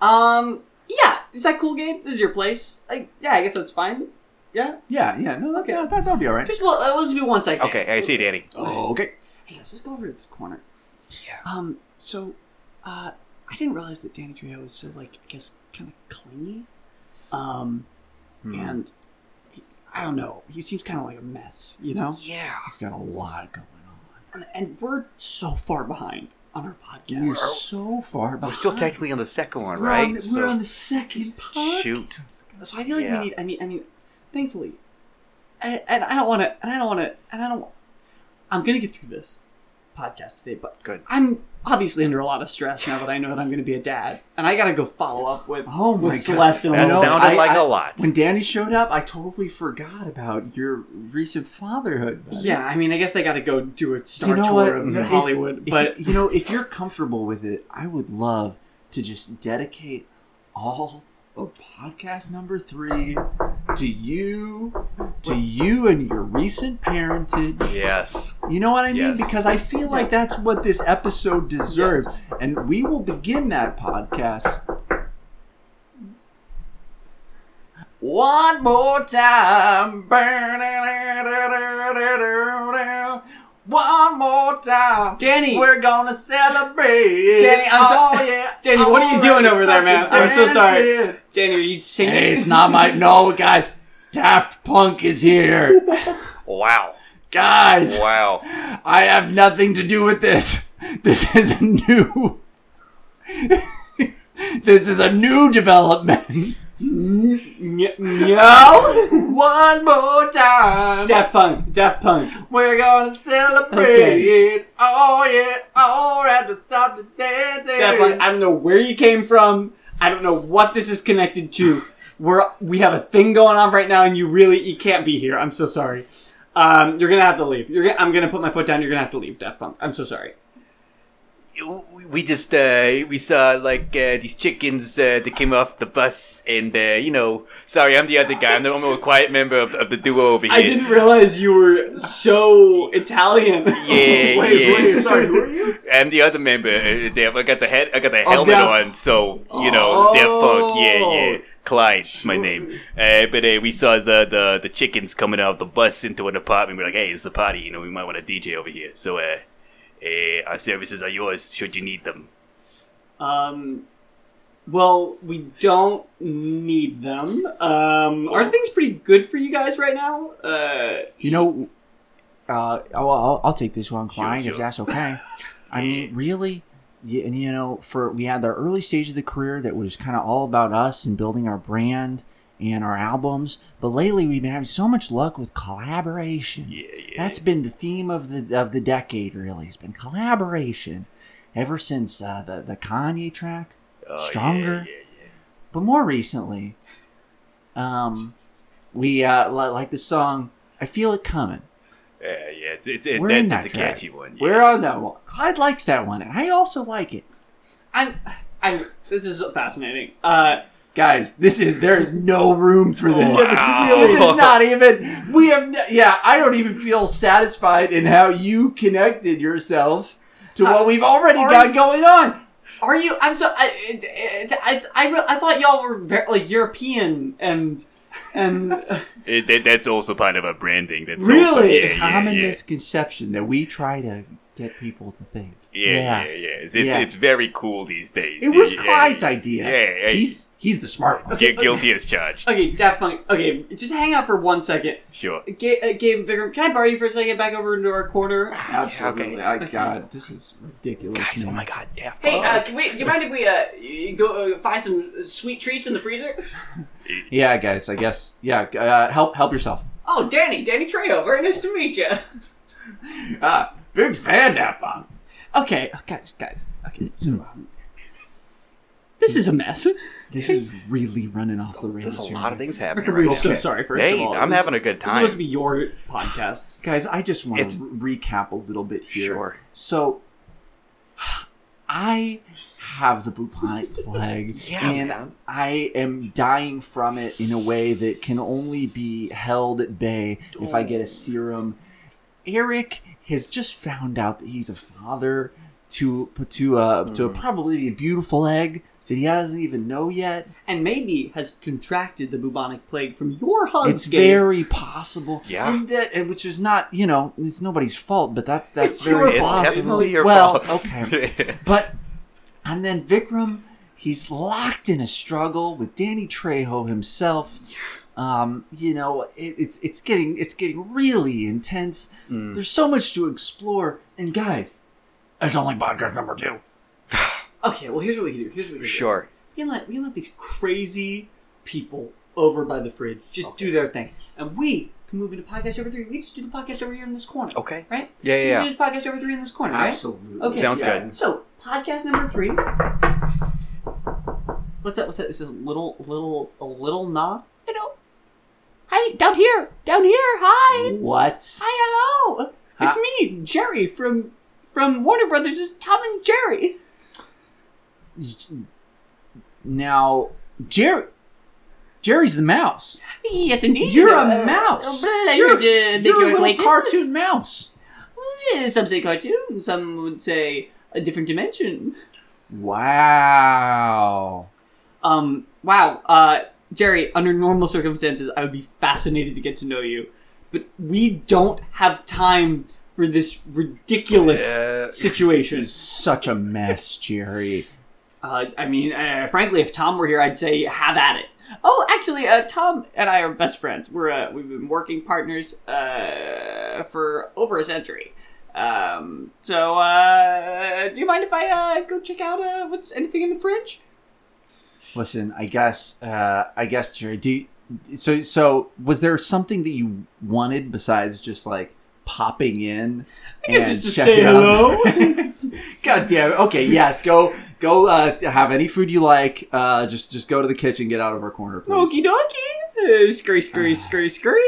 S2: Um, yeah, is that cool, Gabe? This is your place. Like, yeah, I guess that's fine. Yeah,
S1: Yeah, yeah. No, okay,
S2: Okay.
S1: that, that'll be all right.
S2: just well, uh, let's do one second.
S3: okay, I see you, Danny.
S1: Oh, okay.
S2: Hey, let's just go over to this corner. Yeah. Um. So, uh, I didn't realize that Danny Trejo was so like I guess kind of clingy. Um,
S3: Hmm.
S2: and he- I don't know. He seems kind of like a mess, you know.
S3: Yeah.
S1: He's got a lot going on.
S2: And, and we're so far behind on our podcast.
S1: We're so far behind.
S3: We're still technically on the second one,
S1: We're
S3: right?
S1: on the-
S3: So-
S1: we're on the second pod.
S3: shoot.
S2: So I feel like
S3: Yeah.
S2: we need. I mean, I mean, thankfully, and, and I don't want to, and I don't want to, and I don't. wa- I'm gonna get through this podcast today, but
S3: Good.
S2: I'm obviously under a lot of stress now that I know that I'm gonna be a dad, and I gotta go follow up with
S1: Oh my
S2: with
S1: God.
S2: Celeste and
S3: That
S1: You know,
S2: Elena.
S3: sounded
S1: I-
S3: like
S1: I-
S3: a lot.
S1: When Danny showed up, I totally forgot about your recent fatherhood. buddy.
S2: Yeah, I mean, I guess they gotta go do a star
S1: You know
S2: tour
S1: what?
S2: of
S1: If-
S2: Hollywood,
S1: if-
S2: but
S1: you know, if you're comfortable with it, I would love to just dedicate all of podcast number three to you, to you and your recent parentage.
S3: yes.
S1: You know what I mean?
S3: Yes.
S1: Because I feel like that's what this episode deserves. And we will begin that podcast one more time. One more time.
S2: Danny,
S1: We're gonna celebrate.
S2: Danny, I'm so-
S1: Oh, yeah.
S2: [LAUGHS] Danny, what are you
S1: All
S2: doing
S1: right,
S2: over there, man?
S1: fucking
S2: I'm so sorry.
S1: dancing.
S2: Danny, are you singing?
S1: Hey, it's not my. No, guys. Daft Punk is here.
S3: [LAUGHS] Wow.
S1: Guys.
S3: Wow.
S1: I have nothing to do with this. This is a new. this is a new development.
S2: no,
S1: One more time,
S2: Daft Punk, Daft Punk.
S1: we're gonna celebrate. Oh yeah! All right, to stop the dancing.
S2: Definitely. I don't know where you came from. I don't know what this is connected to. We're we have a thing going on right now, and you really you can't be here. I'm so sorry. Um, you're gonna have to leave. You're gonna, I'm gonna put my foot down. You're gonna have to leave, Def Punk. I'm so sorry.
S3: We- We just uh, we saw like uh, these chickens uh, that came off the bus, and uh, you know, sorry, I'm the other guy. I'm the only quiet member of, of the duo over here.
S2: I didn't realize you were so
S1: [LAUGHS]
S2: Italian.
S3: Yeah,
S1: Wait,
S3: yeah.
S1: wait, sorry, who are you?
S3: I'm the other member. Uh, they- I got the head. I got the helmet
S1: Daft-
S3: on, so you know, Daft Punk. Yeah,
S1: Oh.
S3: yeah. Clyde, it's my name. Uh, but uh, we saw the, the the chickens coming out of the bus into an apartment. We're like, hey, this is a party. You know, we might want a DJ over here. So, uh, uh, our services are yours should you need them.
S2: Um, well, we don't need them. Um, are things pretty good for you guys right now? Uh,
S1: You know, uh, I'll, I'll, I'll take this one, Klein,
S3: sure.
S1: if that's
S3: [LAUGHS]
S1: okay. I mean, really, y- and you know, for we had the early stage of the career that was kind of all about us and building our brand and our albums, but lately we've been having so much luck with collaboration.
S3: Yeah, yeah.
S1: That's been the theme of the of the decade. Really, it's been collaboration ever since uh, the the Kanye track,
S3: Oh, yeah,
S1: stronger.
S3: yeah, yeah.
S1: but more recently, um, we uh, li- like the song "I Feel It Coming."
S3: Yeah, Uh, yeah, it's it's it,
S1: We're
S3: that,
S1: in
S3: that's a
S1: that track.
S3: catchy one.
S1: We're
S3: yeah.
S1: on that one. Clyde likes that one, and I also like it.
S2: I'm, I'm. This is fascinating. Uh,
S1: Guys, this is there's no room for this.
S3: Wow.
S1: This is not even. We have. n- Yeah, I don't even feel satisfied in how you connected yourself to
S3: Uh,
S1: what we've already
S2: Are
S1: got going on.
S2: are you? I'm so. I, I, I, I, re- I thought y'all were very, like European and and [LAUGHS]
S3: It, that, that's also part of a branding. That's
S2: Really?
S3: also, yeah, yeah,
S1: Common
S3: yeah,
S1: misconception that we try to get people to think.
S3: yeah, yeah, yeah. It's, it's,
S1: Yeah.
S3: it's very cool these days.
S1: It was
S3: Yeah,
S1: Clyde's
S3: yeah,
S1: idea.
S3: Yeah, yeah.
S1: he's he's the smart one.
S3: Gu-
S1: [LAUGHS]
S3: guilty as charged.
S2: okay, Daft Punk. Okay, just hang out for one second.
S3: Sure.
S2: Ga- uh, Gabe Vikram, can I borrow you for a second back over into our corner?
S1: Absolutely. I God, this is ridiculous.
S3: Guys, oh
S1: man.
S3: my god, Daft
S2: Hey,
S3: Punk.
S2: uh, can we? Do you mind if we uh y- go uh, find some sweet treats in the freezer?
S1: Yeah, guys. I guess. Yeah. Uh, help. Help yourself.
S2: Oh, Danny, Danny Trejo, very nice to meet you.
S1: Ah, big fan that Bob.
S2: Okay, uh, guys, guys. Okay, so um, this is a mess.
S1: This is really running off the rails.
S3: There's a
S1: here,
S3: lot of
S1: guys.
S3: things happening
S2: We're [LAUGHS]
S3: right
S2: so
S3: now.
S2: sorry. First
S3: Hey,
S2: of all,
S3: I'm
S2: This-
S3: having a good
S2: This is supposed to
S3: time.
S2: be your podcast.
S1: Guys, I just want
S3: It's-
S1: to re- recap a little bit here.
S3: Sure.
S1: So, I have the
S3: [LAUGHS]
S1: bubonic plague,
S3: Yeah,
S1: and
S3: man.
S1: I am dying from it in a way that can only be held at bay if I
S3: Oh.
S1: get a serum. Eric has just found out that he's a father to to uh, to
S3: Mm-hmm.
S1: probably a beautiful egg that he doesn't even know yet.
S2: And maybe has contracted the bubonic plague from your hugs.
S1: it's
S2: Gabe.
S1: very possible.
S3: Yeah.
S1: And that, and which is not, you know, it's nobody's fault, but that's that's
S2: It's
S1: very
S2: your
S3: It's
S1: possible.
S3: definitely your
S1: well,
S3: fault.
S1: okay.
S3: [LAUGHS]
S1: But and then Vikram, he's locked in a struggle with Danny Trejo himself. Um, you know, it, it's it's getting it's getting really intense.
S3: Mm.
S1: There's so much to explore, and guys,
S5: It's only podcast number two.
S2: Okay, well, here's what we can do. Here's what we can
S3: sure.
S2: do. We can let we can let these crazy people over by the fridge just do their thing, and we can move into podcast over three. We just do the podcast over here in this corner.
S3: Okay.
S2: Right.
S3: Yeah,
S2: We
S3: yeah, yeah.
S2: just do this podcast over three in this corner. Right.
S1: absolutely,
S2: Okay.
S3: Sounds
S1: yeah.
S3: good.
S2: So podcast number three. What's that? What's that? This is a little, little, a little nod. You know. Hi, down here, down here. Hi,
S1: What?
S2: hi, hello. It's
S1: Hi.
S2: me, Jerry from from Warner Brothers. It's Tom and Jerry.
S1: Now, Jerry, Jerry's the mouse.
S2: Yes, indeed.
S1: You're
S2: Uh,
S1: a mouse.
S2: a pleasure
S1: You're,
S2: to
S1: you're
S2: make your
S1: a little
S2: acquaintance.
S1: cartoon mouse.
S2: Eh, Some say cartoon. Some would say a different dimension.
S1: Wow.
S2: Um, wow, uh, Jerry, under normal circumstances, I would be fascinated to get to know you, but we don't have time for this [LAUGHS] ridiculous
S3: Uh,
S2: situation.
S1: This is such a mess, Jerry.
S2: Uh, I mean, uh, frankly, if Tom were here, I'd say have at it. Oh, actually, uh, Tom and I are best friends. We're uh, we've been working partners uh, for over a century. Um, so, uh, do you mind if I uh, go check out uh, what's anything in the fridge?
S1: Listen, I guess, uh, I guess, Jerry. Do you, so. So, was there something that you wanted besides just like popping in
S2: guess
S1: and
S2: just to
S1: checking
S2: say
S1: out-
S2: hello.
S1: [LAUGHS] God damn it. Okay, yes, go, go. Uh, have any food you like. Uh, just, just go to the kitchen. Get out of our corner, please.
S2: Okie dokie. Uh, scurry,
S1: Ah.
S2: scurry, scurry, scurry.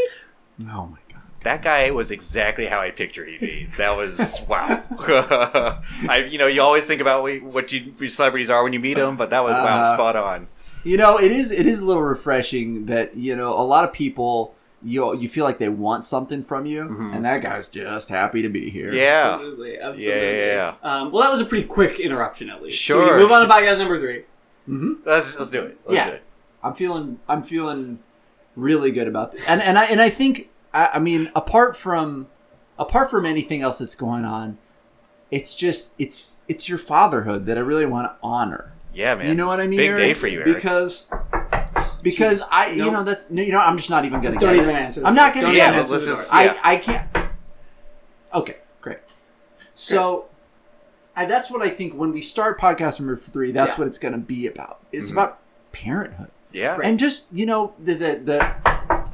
S1: Oh my god.
S3: That guy was exactly how I pictured he'd be. That was wow. [LAUGHS] I, you know, you always think about what you- what you what celebrities are when you meet them, but that was wow,
S1: Uh,
S3: spot on.
S1: You know, it is it is a little refreshing that you know a lot of people you you feel like they want something from you,
S3: Mhm.
S1: and that guy's just happy to be here.
S3: Yeah,
S2: Absolutely,
S3: yeah,
S2: absolutely.
S3: yeah.
S2: Um, well, that was a pretty quick interruption, at least. So we
S3: Sure.
S2: can move on to podcast number three.
S1: hmm
S3: Let's let's do it. Let's
S1: Yeah.
S3: do it.
S1: I'm feeling I'm feeling really good about this, and and I and I think I, I mean apart from apart from anything else that's going on, it's just it's it's your fatherhood that I really want to honor.
S3: Yeah, man.
S1: You know what I mean?
S3: Big day
S1: Eric?
S3: for you, Eric.
S1: because because I you
S2: Nope.
S1: know that's no, you know I'm just not even gonna
S2: Don't
S1: get
S2: even
S1: it.
S2: answer.
S1: I'm not gonna
S2: Don't
S1: get
S2: even
S1: it.
S2: answer
S3: Let's
S2: the
S3: just-
S2: door.
S3: Yeah.
S1: I, I can't. Okay, great. So, I, that's what I think when we start podcast number three, that's
S2: Yeah.
S1: what it's going to be about. It's
S3: Mhm.
S1: about parenthood.
S3: Yeah.
S2: Great.
S1: And just you know the the, the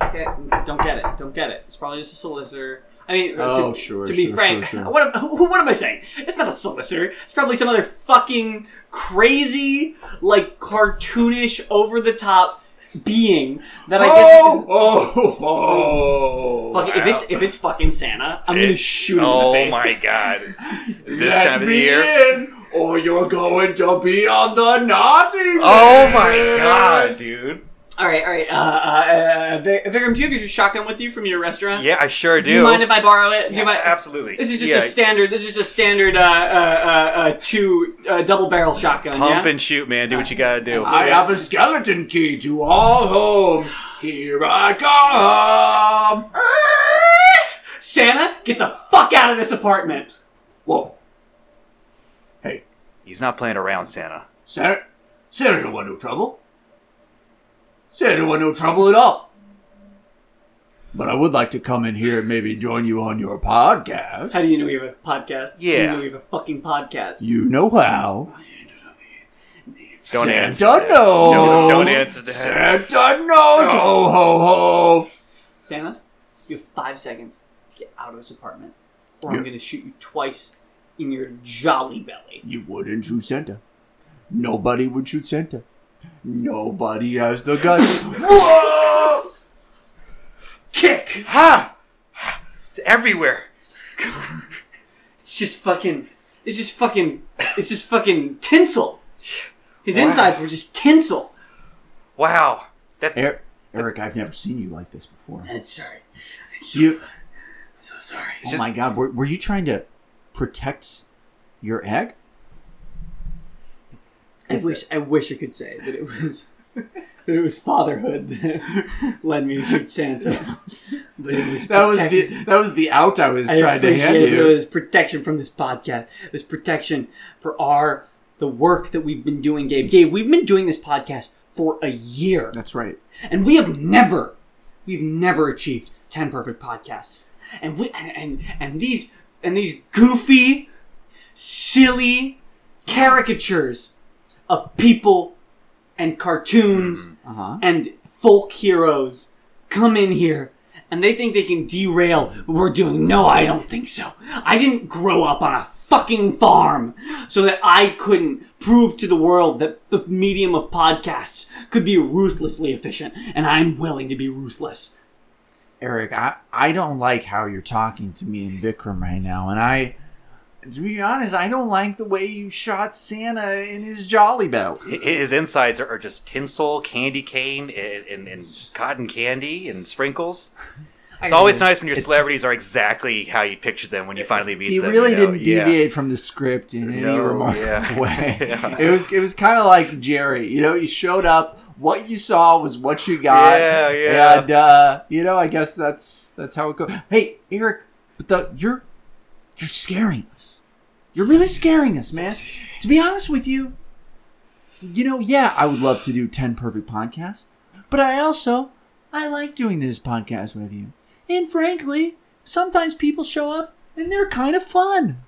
S2: Okay, don't get it. Don't get it. It's probably just a solicitor. I mean,
S1: Oh,
S2: to,
S1: sure,
S2: to be
S1: sure,
S2: frank,
S1: sure, sure.
S2: [LAUGHS] what am who, what am I saying? It's not a solicitor. It's probably some other fucking crazy, like cartoonish, over the top being that I guess.
S1: oh oh.
S2: Fuck, if it's if it's fucking Santa, I'm gonna
S3: It-
S2: shoot him
S3: oh
S2: in the face.
S3: my god! This time of the year.
S1: in, or you're going to be on the naughty.
S3: Oh my god, dude!
S2: All right, all right. Uh, uh, uh, Vic- Vikram, do you have your shotgun with you from your restaurant?
S3: Yeah, I sure do.
S2: Do you mind if I borrow it? Do you mind?
S3: Absolutely.
S2: This is just
S3: yeah.
S2: a standard. This is just a standard uh, uh, uh, uh, two uh, double barrel shotgun.
S3: Pump
S2: yeah?
S3: and shoot, man. Do what you gotta do.
S1: I have a skeleton key to all homes. Here I come.
S2: Santa, get the fuck out of this apartment.
S1: Whoa,
S3: He's not playing around, Santa.
S1: Santa, Santa don't want no trouble. Santa don't want no trouble at all. But I would like to come in here and maybe join you on your podcast.
S2: How do you know we have a podcast? How do
S3: Yeah.
S2: you know we have a fucking podcast.
S1: You know how.
S3: Don't
S1: Santa
S3: answer. that.
S1: knows.
S3: Don't, don't answer that.
S1: Santa knows. Ho ho ho.
S2: Santa, you have five seconds to get out of this apartment, or I'm
S1: Yeah.
S2: gonna shoot you twice in your jolly belly.
S1: You wouldn't shoot Santa. Nobody would shoot Santa. Nobody has the guts. Whoa!
S2: Kick.
S3: Ha! Ah! It's everywhere.
S2: It's just fucking. It's just fucking. It's just fucking tinsel. His insides were just tinsel.
S3: Wow. That
S1: Er- Eric, I've never seen you like this before.
S2: And sorry.
S1: You,
S2: I'm so sorry.
S1: oh my God, were, were you trying to protect your egg?
S2: I wish I wish I could say that it was that it was fatherhood that led me to
S1: [LAUGHS]
S2: shoot Santa, but it was
S1: That was
S2: protect-
S1: the that was the out I was
S2: I
S1: trying to hand
S2: appreciate it.
S1: you.
S2: It was protection from this podcast. It was protection for our the work that we've been doing, Gabe. Gabe, we've been doing this podcast for a year,
S1: That's right.
S2: and we have never we've never achieved ten perfect podcasts, and we and and, and these and these goofy, silly caricatures of people and cartoons
S1: Uh huh.
S2: and folk heroes come in here and they think they can derail what we're doing. No, I don't think so. I didn't grow up on a fucking farm so that I couldn't prove to the world that the medium of podcasts could be ruthlessly efficient, and I'm willing to be ruthless.
S1: Eric, I, I don't like how you're talking to me and Vikram right now, and I, to be honest, I don't like the way you shot Santa in his jolly belt.
S3: his insides are, are just tinsel, candy cane, and, and, and cotton candy and sprinkles. It's always nice when your celebrities are exactly how you picture them when you finally meet
S1: He
S3: them.
S1: really
S3: you know?
S1: didn't
S3: Yeah.
S1: deviate from the script in any
S3: No,
S1: remarkable [LAUGHS]
S3: yeah.
S1: way.
S3: [LAUGHS] Yeah.
S1: It was it was kind of like Jerry, you know. He showed up. What you saw was what you got.
S3: Yeah, yeah.
S1: And uh, you know, I guess that's that's how it goes. Hey, Eric, but the you're you're scaring us. You're really scaring us, man. To be honest with you, you know, yeah, I would love to do 10 perfect podcasts, but I also I like doing this podcast with you. And frankly, sometimes people show up and they're kind of fun.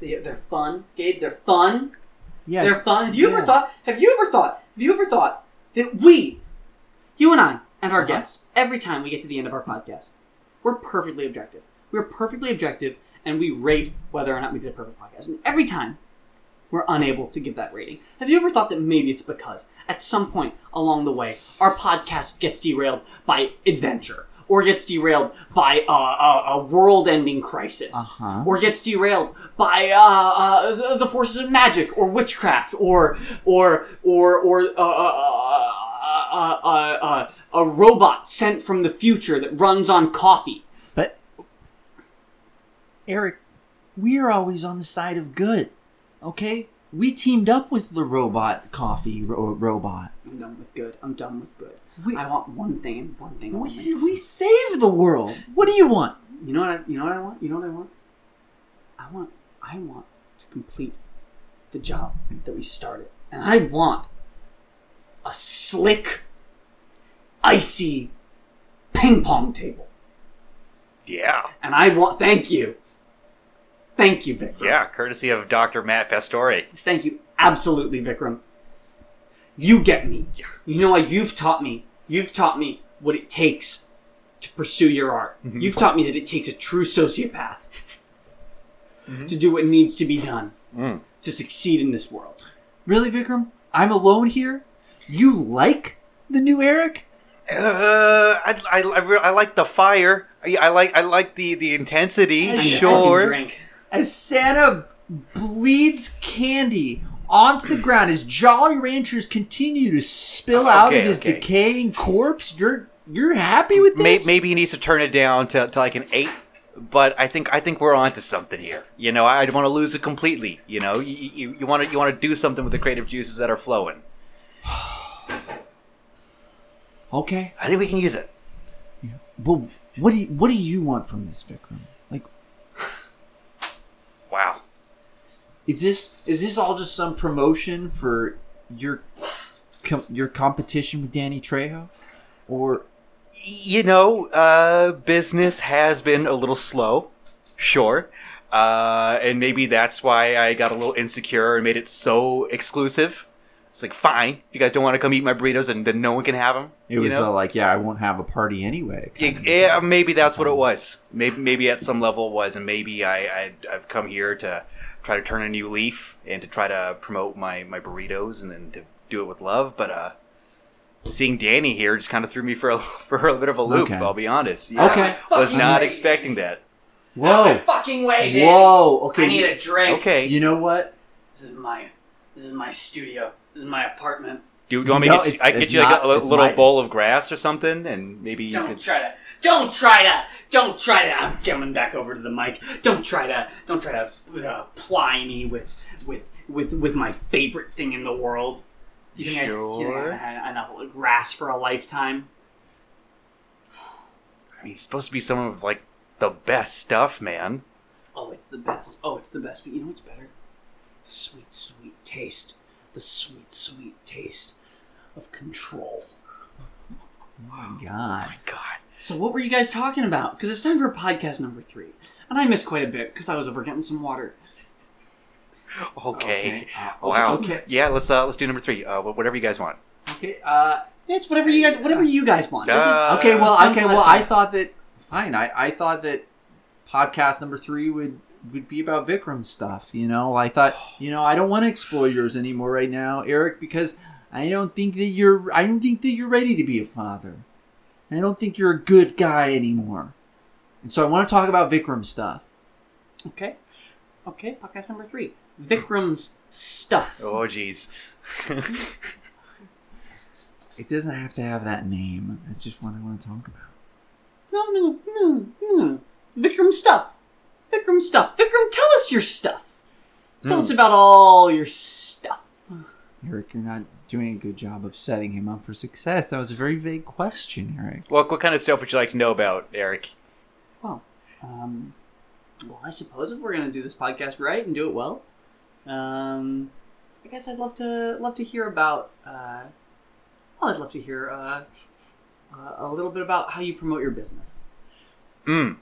S2: They, they're fun, Gabe. They're fun.
S1: Yeah.
S2: They're fun. Have you
S1: Yeah.
S2: ever thought? Have you ever thought? Have you ever thought that we, you and I, and
S1: Uh-huh.
S2: our guests, every time we get to the end of our podcast, we're perfectly objective. We're perfectly objective, and we rate whether or not we did a perfect podcast. And every time, we're unable to give that rating. Have you ever thought that maybe it's because at some point along the way, our podcast gets derailed by adventure, or gets derailed by uh, a, a world-ending crisis,
S1: Uh-huh.
S2: or gets derailed by uh, uh, the- the forces of magic or witchcraft, or or or or uh, uh, uh, uh, uh, uh, a robot sent from the future that runs on coffee.
S1: But Eric, we're always on the side of good. Okay? We teamed up with the robot coffee ro- robot.
S2: I'm done with good. I'm done with good.
S1: We-
S2: I want one thing and one thing.
S1: We
S2: only.
S1: we save the world. What do you want?
S2: You know what I you know what I want? You know what I want? I want I want to complete the job that we started. And I want a slick icy ping pong table.
S3: Yeah,
S2: And I want thank you. Thank you, Vikram.
S3: yeah. Courtesy of Dr. Matt Pastore.
S2: Thank you absolutely, Vikram. You get me.
S3: Yeah.
S2: You know what? You've taught me. You've taught me what it takes to pursue your art.
S3: Mm-hmm.
S2: You've taught me that it takes a true sociopath to do what needs to be done
S3: Mm-hmm. Mm.
S2: to succeed in this world.
S1: Really, Vikram? I'm alone here? You like the new Eric?
S3: Uh, I, I, I, re- I like the fire. I, I like I like the the intensity.
S1: And the
S2: fucking
S3: sure.
S2: Drink.
S1: As Santa bleeds candy onto the ground, as Jolly Ranchers continue to spill out of
S3: Oh, Okay,
S1: his
S3: okay.
S1: decaying corpse, you're you're happy with
S3: May,
S1: this?
S3: maybe he needs to turn it down to, to like an eight. But I think I think we're onto something here. You know, I don't want to lose it completely. You know, you you, you want to you want to do something with the creative juices that are flowing.
S1: Okay,
S3: I think we can use it.
S1: but what do you, what do you want from this, Vikram? Like,
S3: Wow.
S1: is this is this all just some promotion for your com- your competition with Danny Trejo, or
S3: you know, uh, business has been a little slow, sure. Uh, and maybe that's why I got a little insecure and made it so exclusive. It's like, fine, if you guys don't want to come eat my burritos, and then no one can have them.
S1: it was uh, like, yeah, I won't have a party anyway. kind of-
S3: yeah, maybe that's what it was. Maybe, maybe at some level it was, and maybe I, I, I've come here to try to turn a new leaf and to try to promote my, my burritos and, and to do it with love. But uh, seeing Danny here just kind of threw me for a, [LAUGHS] for a bit of a loop.
S1: Okay.
S3: I'll be honest. Yeah,
S1: Okay.
S3: was
S2: Fucking
S3: not
S2: way.
S3: expecting that.
S2: Out
S1: Whoa,
S2: of my fucking way, dude.
S1: whoa, okay,
S2: I need a drink.
S3: Okay,
S1: you know what?
S2: This is my this is my studio. This is my apartment.
S3: do, do you want me
S1: No,
S3: to get you,
S1: it's-
S3: I get
S1: it's
S3: you like
S1: not-
S3: a, li-
S1: it's
S3: little
S1: my-
S3: bowl of grass or something, and maybe you
S2: Don't
S3: could.
S2: try to. Don't try to. Don't try to. I'm coming back over to the mic. Don't try to. Don't try to uh, ply me with with with with my favorite thing in the world. You think I, you think I
S3: Sure.
S2: haven't had enough grass for a lifetime?
S3: I mean, he's supposed to be someone with like the best stuff, man.
S2: Oh, it's the best. Oh, it's the best. But you know what's better? The sweet, sweet taste. The sweet, sweet taste of control.
S1: God.
S3: God.
S2: So, what were you guys talking about? Because it's time for podcast number three, and I missed quite a bit because I was over getting some water.
S3: Okay.
S1: Uh,
S3: wow.
S1: Okay.
S3: Yeah, let's uh, let's do number three. Uh, wh- whatever you guys want.
S1: Okay. Uh,
S2: It's whatever you guys, whatever you guys want. This is-
S3: Uh,
S1: okay. Well.
S2: I'm
S1: Okay.
S2: glad
S1: Well,
S2: to-
S1: I thought that. Fine. I, I thought that podcast number three would would be about Vikram stuff. You know. I thought. You know. I don't want to explore yours anymore right now, Eric, because I don't think that you're. I don't think that you're ready to be a father. I don't think you're a good guy anymore. And so I want to talk about Vikram stuff.
S2: Okay. Okay, podcast number three. Vikram's stuff.
S3: oh jeez.
S1: It doesn't have to have that name. It's just what I want to talk about.
S2: No, no, no, no. Vikram's stuff. Vikram's stuff. Vikram, tell us your stuff. Tell us about all your stuff.
S1: Eric, you're not doing a good job of setting him up for success. That was a very vague question, Eric.
S3: what what kind of stuff would you like to know about, Eric?
S2: Well, um, well, I suppose if we're gonna do this podcast right and do it well, um, I guess I'd love to love to hear about. Uh, well, I'd love to hear uh, uh, a little bit about how you promote your business.
S3: Mm.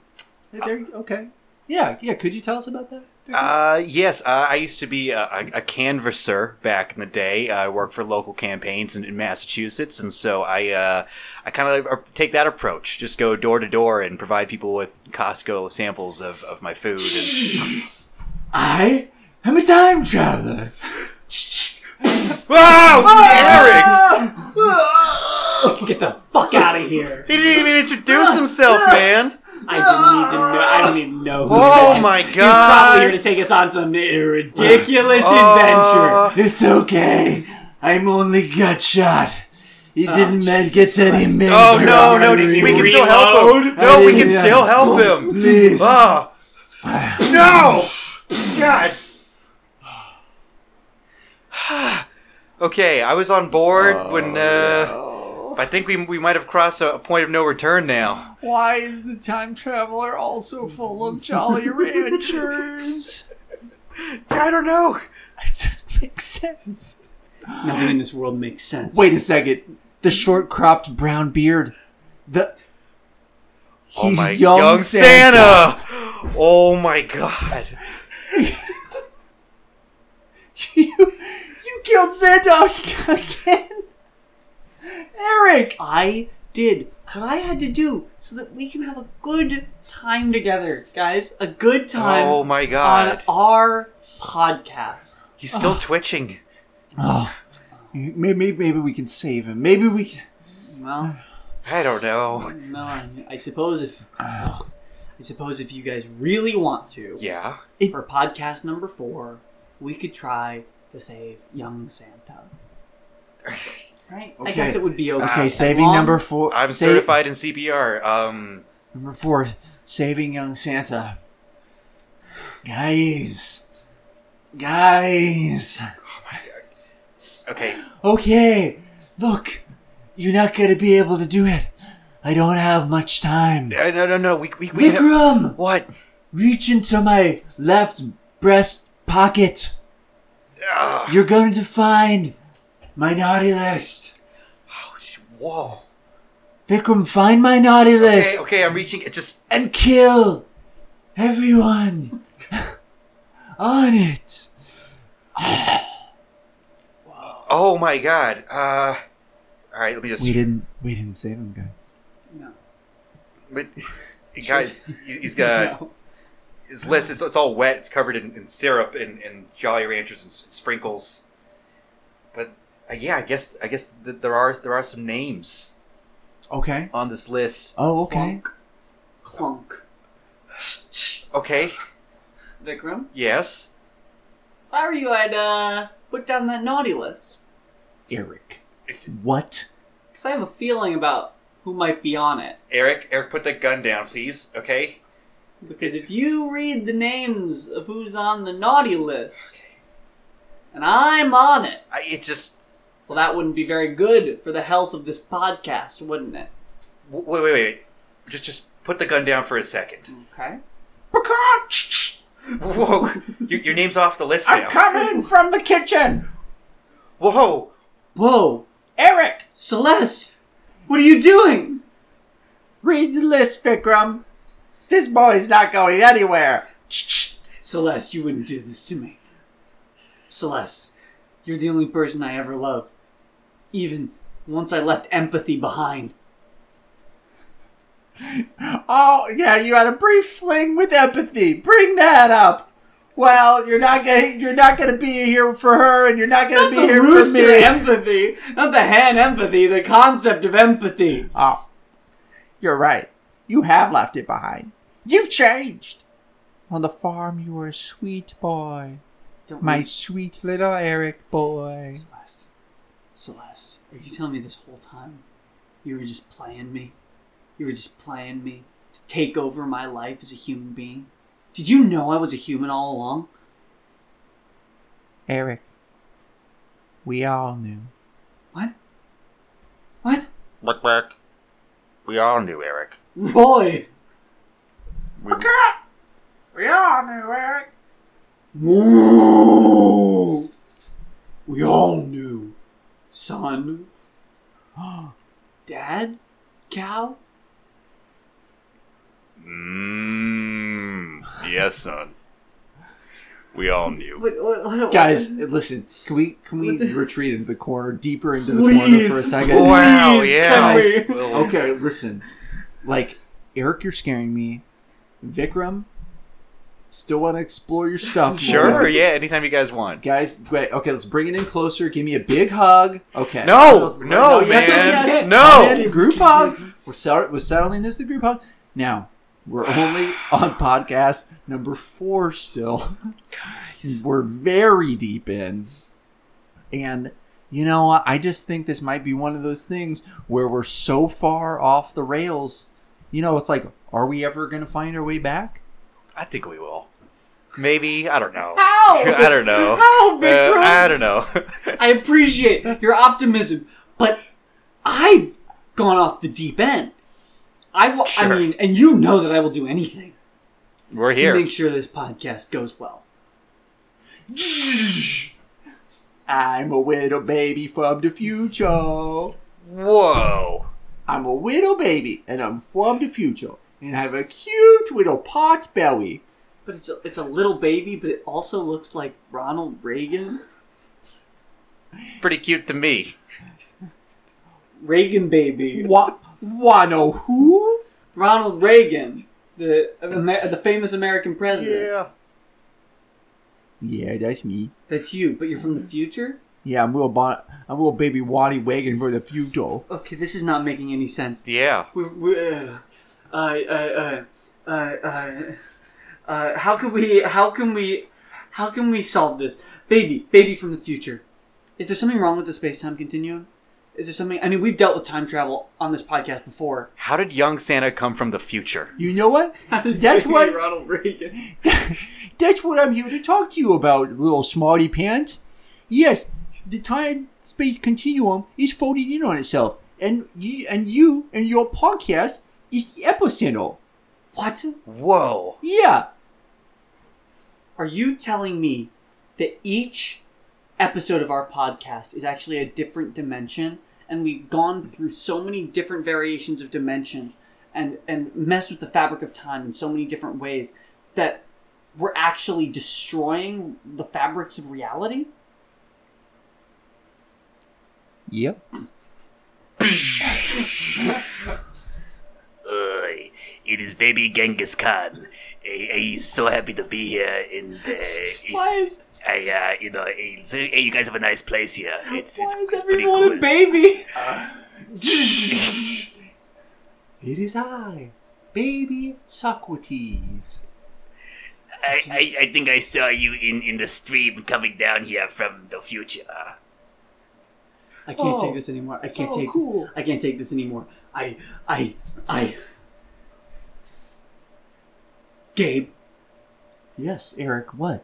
S1: Hey, there you- okay. Yeah, yeah. Could you tell us about that?
S3: Uh, yes, uh, I used to be a, a, a canvasser back in the day. Uh, I worked for local campaigns in, in Massachusetts, and so I uh, I kind of take that approach. Just go door to door and provide people with Costco samples of, of my food. [LAUGHS] And...
S1: I am a time traveler.
S3: Wow, Eric!
S1: Ah!
S2: Get the fuck out of here!
S3: He didn't even introduce [LAUGHS] himself, man.
S2: I didn't need to know. I don't even know. Who
S3: Oh [LAUGHS]
S2: that
S3: my
S2: is. He's probably here
S3: god!
S2: to take us on some ridiculous
S3: Uh,
S2: adventure.
S1: It's okay. I'm only gut shot. It didn't man get any major.
S3: Oh no, no,
S1: artery
S3: we can
S1: wound.
S3: still help him. No, we can
S1: Yeah.
S3: still help him.
S1: Please.
S3: [LAUGHS] Oh. No! God. okay, I was on board when uh I think we we might have crossed a, a point of no return now.
S1: Why is the time traveler also full of [LAUGHS] Jolly Ranchers?
S3: I don't know.
S1: it just makes sense.
S2: Nothing in this world makes sense.
S1: Wait a second. The short cropped brown beard. The
S3: Oh
S1: He's
S3: my
S1: young, Santa. [LAUGHS]
S3: Santa. Oh my god.
S1: you you killed Santa [LAUGHS] again. Eric.
S2: I did what I had to do so that we can have a good time together, guys. A good time
S3: oh my
S2: on
S3: god.
S2: our podcast.
S3: He's still twitching.
S1: Oh, maybe maybe we can save him. Maybe we. Can...
S2: Well,
S3: I don't know.
S2: no, I, I suppose if I suppose if you guys really want to,
S3: Yeah.
S2: for podcast number four, we could try to save young Santa. [LAUGHS] Right? I guess
S1: Okay.
S2: it would be okay.
S1: Okay,
S2: As
S1: saving
S2: long-
S1: number four.
S3: Ah, I'm
S1: sa-
S3: certified in CPR. Um
S1: Number four, saving young Santa. Guys, guys.
S3: okay.
S1: Okay, look, you're not gonna be able to do it. I don't have much time.
S3: Uh, No no no we we, we can-
S1: Vikram,
S3: what?
S1: reach into my left breast pocket.
S3: Ugh.
S1: You're going to find my naughty list.
S3: Whoa.
S1: Vikram, find my naughty
S3: Okay,
S1: list
S3: okay, I'm reaching. It just
S1: and kill everyone [LAUGHS] on it.
S3: Oh my god. Uh, all right, let me just.
S1: We didn't. We didn't save him, guys.
S2: No.
S3: But, guys, he's he's
S2: [LAUGHS]
S3: got
S2: No.
S3: his list. It's, it's all wet. It's covered in, in syrup and, and Jolly Ranchers and s- sprinkles. But uh, yeah, I guess I guess th- there are there are some names
S1: Okay.
S3: on this list.
S1: Oh, okay.
S2: Clunk.
S3: Okay.
S2: Vikram,
S3: Yes.
S2: if I were you, I'd uh, put down that naughty list.
S1: Eric,
S3: It's-
S1: what?
S2: Because I have a feeling about who might be on it.
S3: Eric, Eric, put that gun down, please. Okay.
S2: Because if you read the names of who's on the naughty list, and I'm on it,
S3: I, it just.
S2: well, that wouldn't be very good for the health of this podcast, wouldn't it?
S3: w- Wait, wait, wait. Just just put the gun down for a second.
S2: Okay.
S3: Whoa, your, your name's off the list
S5: I'm
S3: now.
S5: coming from the kitchen.
S3: Whoa.
S2: Whoa,
S5: Eric,
S2: Celeste, what are you doing?
S5: read the list, Vikram. This boy's not going anywhere.
S2: Celeste, you wouldn't do this to me. Celeste, you're the only person I ever loved. Even once I left empathy behind.
S5: Oh, yeah, you had a brief fling with empathy. Bring that up. Well, you're not gonna you're not gonna be here for her, and you're not gonna
S2: Not
S5: be
S2: the
S5: here for
S2: rooster
S5: me.
S2: empathy, not the hen empathy, the concept of empathy.
S5: oh, you're right. You have left it behind. You've changed. On the farm, you were a sweet boy,
S2: Don't
S5: my sweet little Eric boy.
S2: Celeste. Celeste, are you telling me this whole time you were just playing me? You were just playing me to take over my life as a human being? Did you know I was a human all along?
S5: Eric, we all knew.
S2: What? What?
S3: Look back. We all knew Eric.
S2: Roy!
S3: We,
S5: We all knew, Eric.
S2: Moo! We all knew. Son. [GASPS] Dad? Cow?
S3: Mm, yes, son. We all knew.
S2: What, what, what,
S1: Guys, listen. Can we can we
S2: What's it-
S1: retreat into the corner, deeper into the corner for a
S2: Please.
S1: second?
S3: Wow,
S2: Please,
S3: yeah.
S2: can we-
S3: Well,
S1: Okay, listen. Like Eric, you're scaring me. Vikram, still want to explore your stuff. more.
S3: Sure, yeah, anytime you guys want.
S1: Guys, wait. Okay, let's bring it in closer. Give me a big hug. Okay.
S3: No,
S1: Let's-
S3: no,
S1: yes, yes, yes.
S3: man.
S1: Come
S3: No.
S1: in, group hug. We're, sell- we're settling this the group hug. Now we're
S3: [SIGHS]
S1: only on podcast number four still. We're very deep in, and you know what? I just think this might be one of those things where we're so far off the rails. You know, it's like, are we ever going to find our way back?
S3: I think we will. Maybe, I don't know.
S2: How?
S3: [LAUGHS] I
S2: [LAUGHS]
S3: don't know.
S2: How,
S3: Uh,
S2: Vikram?
S3: I don't know. [LAUGHS]
S2: I appreciate your optimism, but I've gone off the deep end. I will,
S3: Sure.
S2: I mean, and you know that I will do anything
S3: We're
S2: to
S3: here.
S2: make sure this podcast goes well.
S1: I'm a widow baby from the future.
S3: Whoa.
S1: I'm a widow baby, and I'm from the future, and I have a cute little pot belly.
S2: But it's a, it's a little baby, but it also looks like Ronald Reagan.
S3: Pretty cute to me.
S2: Reagan baby.
S1: Wa- Wano who?
S2: Ronald Reagan, the Amer- the famous American president.
S1: Yeah, that's me.
S2: That's you, but you're from the future?
S1: Yeah, I'm little bon- I'm little baby Waddy Wagon for the future.
S2: Okay, this is not making any sense.
S3: Yeah.
S2: We, we, uh, uh, uh, uh, uh, uh, how can we, how can we, how can we solve this? Baby, baby from the future. Is there something wrong with the space-time continuum? Is there something, I mean, we've dealt with time travel on this podcast before. [LAUGHS]
S3: How did young Santa come from the future?
S1: You know what? [LAUGHS]
S2: [LAUGHS]
S1: That's what
S2: Ronald Reagan.
S1: that's what I'm here to talk to you about, little smarty pants. Yes, the time space continuum is folding in on itself, and you and you and your podcast is the epicenter.
S2: What?
S3: Whoa.
S1: Yeah,
S2: Are you telling me that each episode of our podcast is actually a different dimension and we've gone through so many different variations of dimensions and and messed with the fabric of time in so many different ways that we're actually destroying the fabrics of reality?
S1: yep.
S6: Uh, it is baby Genghis Khan. I, I'm so happy to be here, and uh, it's, I, uh, you know, it's, hey, you guys have a nice place here. It's it's, it's pretty cool.
S2: What a baby!
S1: [LAUGHS] It is I, baby Socrates.
S6: I, I, I think I saw you in, in the stream coming down here from the future.
S2: I can't
S1: Oh.
S2: take this anymore. I can't
S1: Oh,
S2: take
S1: cool.
S2: I can't take this anymore. I I
S1: [SIGHS]
S2: I Gabe,
S1: Yes, Eric. What?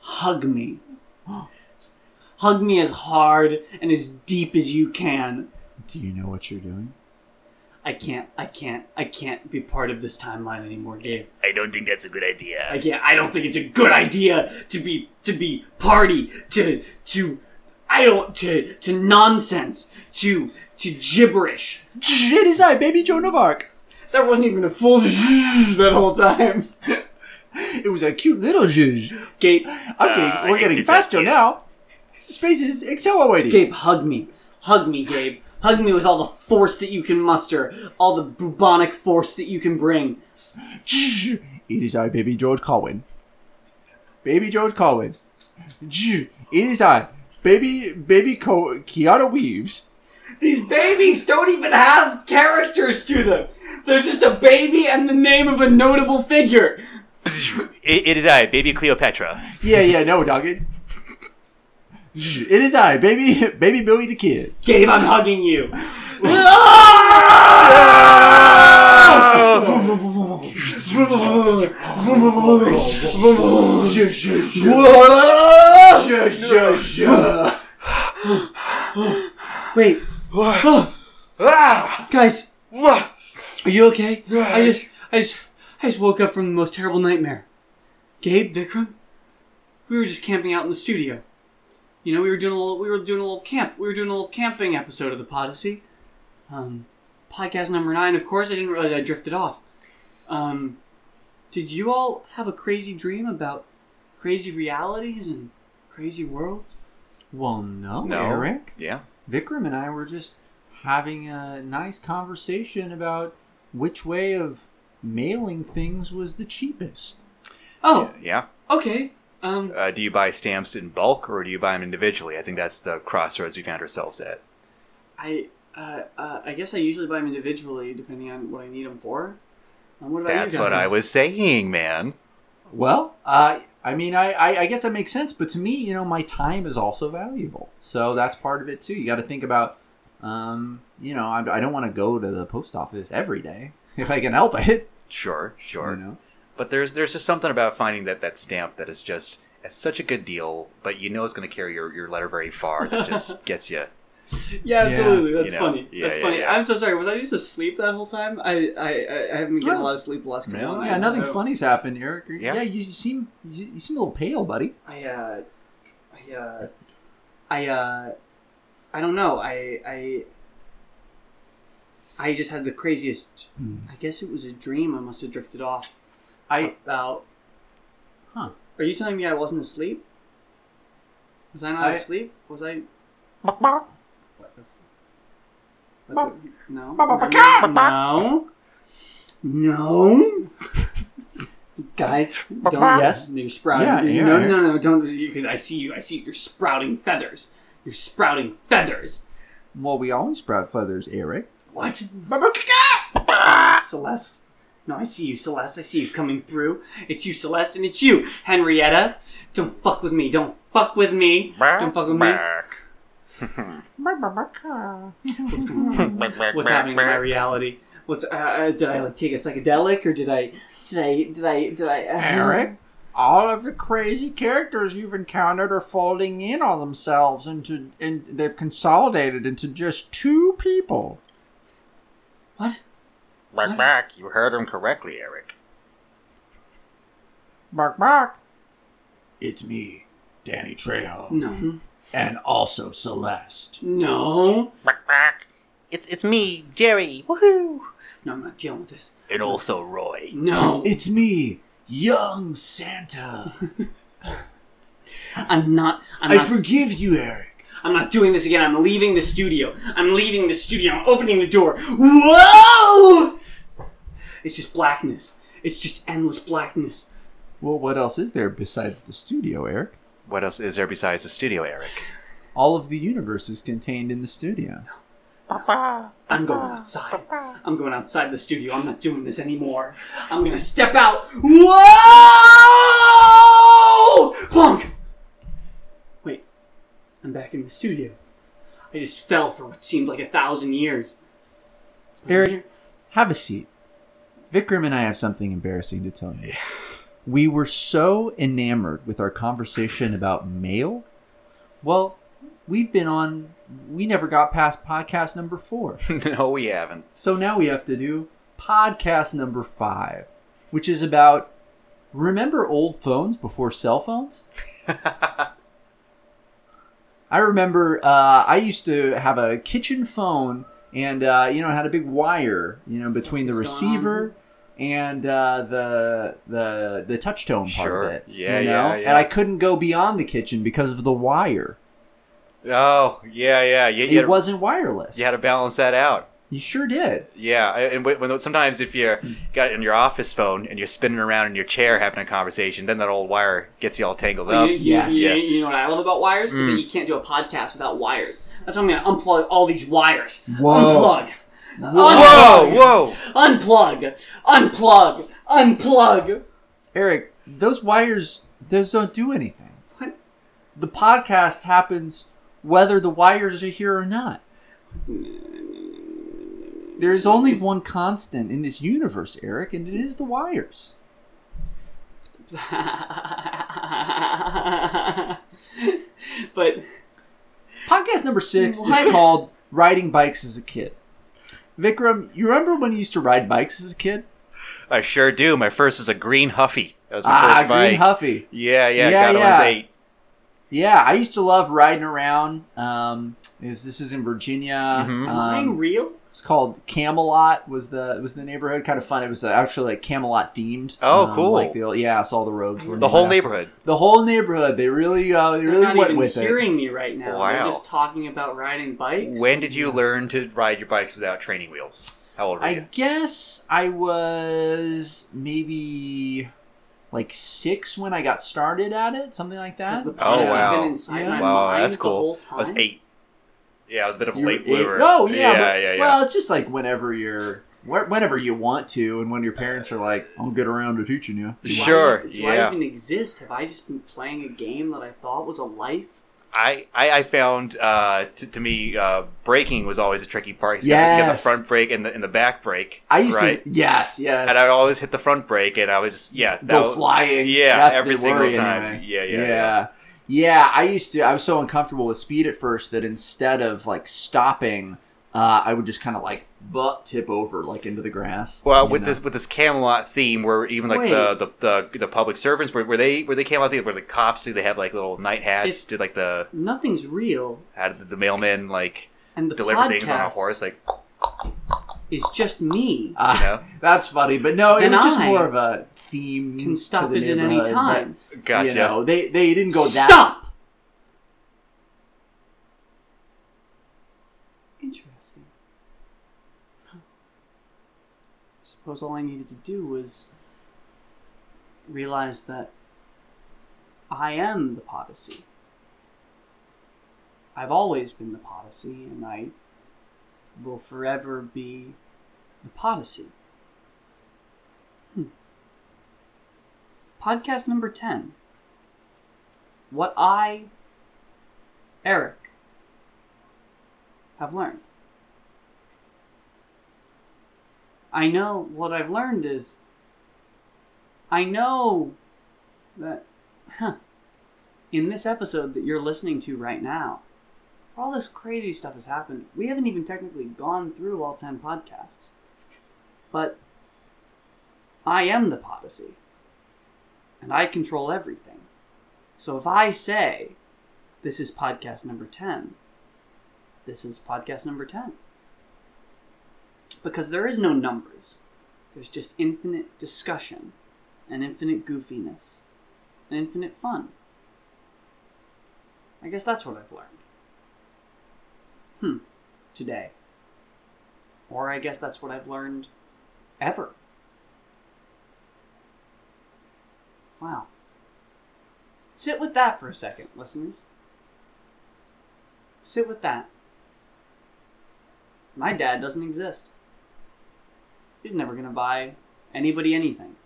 S2: hug me. hug me as hard and as deep as you can.
S1: Do you know what you're doing?
S2: I can't I can't I can't be part of this timeline anymore, Gabe.
S6: I don't think that's a good idea.
S2: I can't I don't think it's a good idea to be to be party to to I don't to to nonsense to to gibberish.
S1: [LAUGHS] It is I, baby Joan of Arc.
S2: There wasn't even a full [LAUGHS] that whole time.
S1: It was a cute little zhuzh.
S2: Gabe,
S1: Okay,
S6: Uh,
S1: we're getting
S6: it's a-
S1: faster now. Space is accelerating.
S2: Gabe, hug me. Hug me, Gabe. Hug me with all the force that you can muster, all the bubonic force that you can bring.
S1: It is I, baby George Colwyn. Baby George Colwyn. It is I, baby, baby Co- Keanu Weaves.
S2: These babies don't even have characters to them. They're just a baby and the name of a notable figure.
S3: It, it is I, baby Cleopatra.
S1: Yeah, yeah, no, dog. It it is I, baby, baby Billy the Kid.
S2: Gabe, I'm hugging you. Oh! Wait, Oh.
S3: Ah!
S2: guys,
S3: Wah!
S2: are you okay? I just, I just, I just woke up from the most terrible nightmare. Gabe, Vikram, we were just camping out in the studio. You know, we were doing a little, we were doing a little camp, we were doing a little camping episode of the Podyssey. Um, podcast number nine, of course. I didn't realize I drifted off. Um, did you all have a crazy dream about crazy realities and crazy worlds?
S1: Well, no,
S3: Oh! No.
S1: Eric.
S3: Yeah.
S1: Vikram and I were just having a nice conversation about which way of mailing things was the cheapest.
S2: Oh,
S3: Yeah.
S2: okay. Um,
S3: Uh, do you buy stamps in bulk or do you buy them individually? I think that's the crossroads we found ourselves at.
S2: I uh, uh, I guess I usually buy them individually, depending on what I need them for. Um, what about
S3: That's
S2: you
S3: what I
S2: guys?
S3: was saying, man.
S1: Well, uh, I mean, I, I, I guess that makes sense. But to me, you know, my time is also valuable. So that's part of it, too. You got to think about, um, you know, I, I don't want to go to the post office every day [LAUGHS] if I can help it.
S3: Sure, sure.
S1: You know?
S3: But there's there's just something about finding that that stamp that is just it's such a good deal, but you know it's going to carry your, your letter very far. That [LAUGHS] just gets you.
S2: Yeah, absolutely. That's
S3: you know,
S2: funny.
S3: yeah,
S2: That's
S3: yeah,
S2: funny.
S3: yeah.
S2: I'm so sorry. Was I just asleep that whole time? I I, I- I haven't been getting
S1: No.
S2: a lot of sleep the last couple
S3: No.
S2: of nights.
S1: Yeah, nothing
S2: so
S1: funny's happened, Eric. Yeah,
S3: Yeah.
S1: you, you seem you, you seem a little pale, buddy.
S2: I uh, I uh, I uh, I don't know. I I I just had the craziest.
S1: Hmm.
S2: I guess it was a dream. I must have drifted off.
S1: I
S2: about.
S1: Huh.
S2: Are you telling me I wasn't asleep? Was I not
S1: I-
S2: asleep? Was I? No. No. No. No. [LAUGHS] Guys, don't.
S1: Yes.
S2: You're sprouting.
S1: Yeah, yeah,
S2: no,
S1: yeah.
S2: no, no, don't. Because I see you. I see you're sprouting feathers. You're sprouting feathers.
S1: Well, we always sprout feathers, Eric.
S2: What? [LAUGHS] Celeste. No, I see you, Celeste. I see you coming through. It's you, Celeste, and it's you, Henrietta. Don't fuck with me. Don't fuck with me. Don't fuck with me. what's happening in my reality. What's uh, uh, did I like take a psychedelic or did I did I did I did I uh,
S1: Eric, all of the crazy characters you've encountered are folding in on themselves into, and they've consolidated into just two people.
S2: What?
S3: Back, back. You heard him correctly, Eric.
S1: Bark, bark.
S5: It's me, Danny Trejo,
S2: No,
S5: and also Celeste.
S2: no,
S3: Back, back. It's it's me, Jerry. Woohoo!
S2: no! I'm not dealing with this.
S6: And also Roy.
S2: No,
S5: It's me, young Santa.
S2: I'm not. I'm
S5: I
S2: not.
S5: forgive you, Eric.
S2: I'm not doing this again. I'm leaving the studio. I'm leaving the studio. I'm opening the door. Whoa! It's just blackness. It's just endless blackness.
S1: Well, what else is there besides the studio, Eric?
S3: What else is there besides the studio, Eric? [LAUGHS]
S1: All of the universe is contained in the studio.
S2: I'm going outside. I'm going outside the studio. I'm not doing this anymore. I'm gonna step out. Whoa! Clunk! Wait, I'm back in the studio. I just fell for what seemed like a thousand years.
S1: Eric, have a seat. Vikram and I have something embarrassing to tell you. We were so enamored with our conversation about mail. Well, we've been on, we never got past podcast number four.
S3: no, we haven't.
S1: So now we have to do podcast number five, which is about remember old phones before cell
S3: [LAUGHS]
S1: phones? I remember uh, I used to have a kitchen phone and, uh, you know, it had a big wire, you know, between the
S2: What's going on?
S1: receiver and uh, the the the touchtone part
S3: Sure.
S1: of it.
S3: Yeah,
S1: you know?
S3: yeah, yeah.
S1: And I couldn't go beyond the kitchen because of the wire.
S3: Oh, yeah, yeah. You, you,
S1: It
S3: had,
S1: wasn't wireless.
S3: you had to balance that out.
S1: you sure did.
S3: Yeah, I- and when, when sometimes if you're got it in your office phone and you're spinning around in your chair having a conversation, then that old wire gets you all tangled
S2: But
S3: up.
S2: you, you-
S1: yes.
S2: you- you know what I love about wires? Is
S3: Mm.
S2: that you can't do a podcast without wires. That's why I'm gonna unplug all these wires.
S1: Whoa.
S2: Unplug.
S3: Whoa, whoa!
S2: Unplug. Unplug. Unplug. [LAUGHS]
S1: Eric, those wires, those don't do anything.
S2: What?
S1: The podcast happens whether the wires are here or not. There is only one constant in this universe, Eric, and it is the wires.
S2: but
S1: Podcast number six is
S2: What?
S1: called Riding Bikes as a Kid. Vikram, you remember when you used to ride bikes as a kid?
S3: I sure do. My first was a green huffy. That was my
S1: Ah,
S3: first bike.
S1: Green Huffy.
S3: Yeah, yeah,
S1: Yeah,
S3: got it when I was
S1: yeah.
S3: eight.
S1: Yeah, I used to love riding around. Um, is this is in Virginia?
S2: am
S3: Mhm.
S2: I
S1: Um,
S2: real?
S1: It's called Camelot. Was the was the neighborhood kind of fun? It was uh, actually like Camelot themed. Um,
S3: Oh, cool.
S1: Like the old- yeah, so all the roads were
S3: The whole
S1: neighborhood.
S3: neighborhood.
S1: the whole neighborhood. They really uh, they
S2: They're
S1: really
S2: not
S1: went
S2: even
S1: with it.
S2: hearing me right now. They're
S3: Wow.
S2: just talking about riding bikes.
S3: When did you learn to ride your bikes without training wheels? How old were
S1: I
S3: you?
S1: guess I was maybe like six when I got started at it, something like
S2: Has
S1: that.
S2: the podcast
S3: Oh, wow.
S2: been inside
S1: Yeah.
S2: my
S3: Wow,
S2: mind
S3: that's
S2: the
S3: cool.
S2: whole
S3: I was
S2: time?
S3: eight. Yeah, I was a bit of a
S1: You were
S3: late
S1: eight-
S3: bloomer.
S1: Oh yeah,
S3: yeah,
S1: but-
S3: yeah, yeah.
S1: Well, it's just like whenever you're. wh- Whenever you want to, and when your parents are like, "I'll get around to teaching you,"
S2: Do
S3: sure,
S2: I, do I
S3: yeah.
S2: even exist? Have I just been playing a game that I thought was a life?
S3: I, I, I found uh, t- to me uh, braking was always a tricky part. 'cause You, got, you got the
S1: Yes.
S3: front brake and the and the back brake.
S1: I used
S3: right?
S1: to, yes, yes,
S3: and I would always hit the front brake, and I was yeah, that
S1: go
S3: was,
S1: flying.
S3: Yeah,
S1: That's
S3: every
S1: the
S3: single
S1: worry
S3: time.
S1: anyway.
S3: Yeah, yeah,
S1: yeah,
S3: yeah.
S1: Yeah, I used to. I was so uncomfortable with speed at first that instead of like stopping, uh, I would just kind of like butt tip over like into the grass.
S3: Well,
S1: you
S3: with
S1: know? [LAUGHS]
S3: this with this Camelot theme, where even like the, the the the public servants, where, where they where they Camelot theme, where the cops do they have like little night hats?
S2: It's-
S3: did like the
S2: Nothing's real,
S3: how did the mailman like
S2: and the
S3: deliver
S2: podcast
S3: things on a horse? Like
S2: is just me.
S1: Uh,
S3: you
S2: [LAUGHS]
S3: know,
S1: that's funny, but no, it
S2: Then
S1: was just
S2: I
S1: more of a theme.
S2: Can stop
S1: to the
S2: it at any
S1: neighborhood, but,
S2: time.
S3: gotcha.
S1: You know, they they didn't go that.
S2: Stop! suppose all I needed to do was realize that I am the Podyssey. I've always been the Podyssey, and I will forever be the Podyssey. Hmm. Podcast number 10. What I, Eric, have learned. I know what I've learned is I know that huh, in this episode that you're listening to right now, all this crazy stuff has happened. We haven't even technically gone through all 10 podcasts. But I am the Podyssey. And I control everything. So if I say this is podcast number 10, this is podcast number 10 because there is no numbers. There's just infinite discussion, and infinite goofiness, and infinite fun. I guess that's what I've learned. Hmm, today. Or I guess that's what I've learned ever. Wow. Sit with that for a second, listeners. Sit with that. My dad doesn't exist he's never gonna buy anybody anything.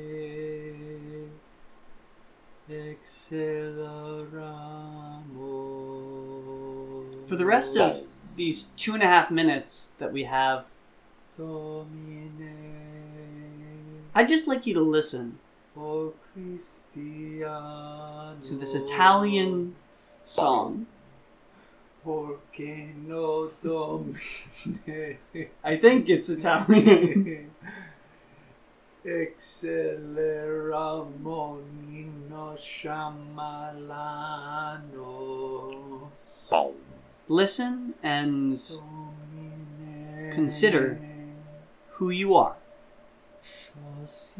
S1: Domine acceleramo.
S2: For the rest of these two and a half minutes that we have,
S1: Domine
S2: I'd just like you to listen
S1: o Cristiano.
S2: to this Italian song.
S1: Porque no domine
S2: I think it's Italian.
S1: Acceleramo y nos chamalanos.
S6: Boom.
S2: listen and
S1: Domine.
S2: Consider who you are as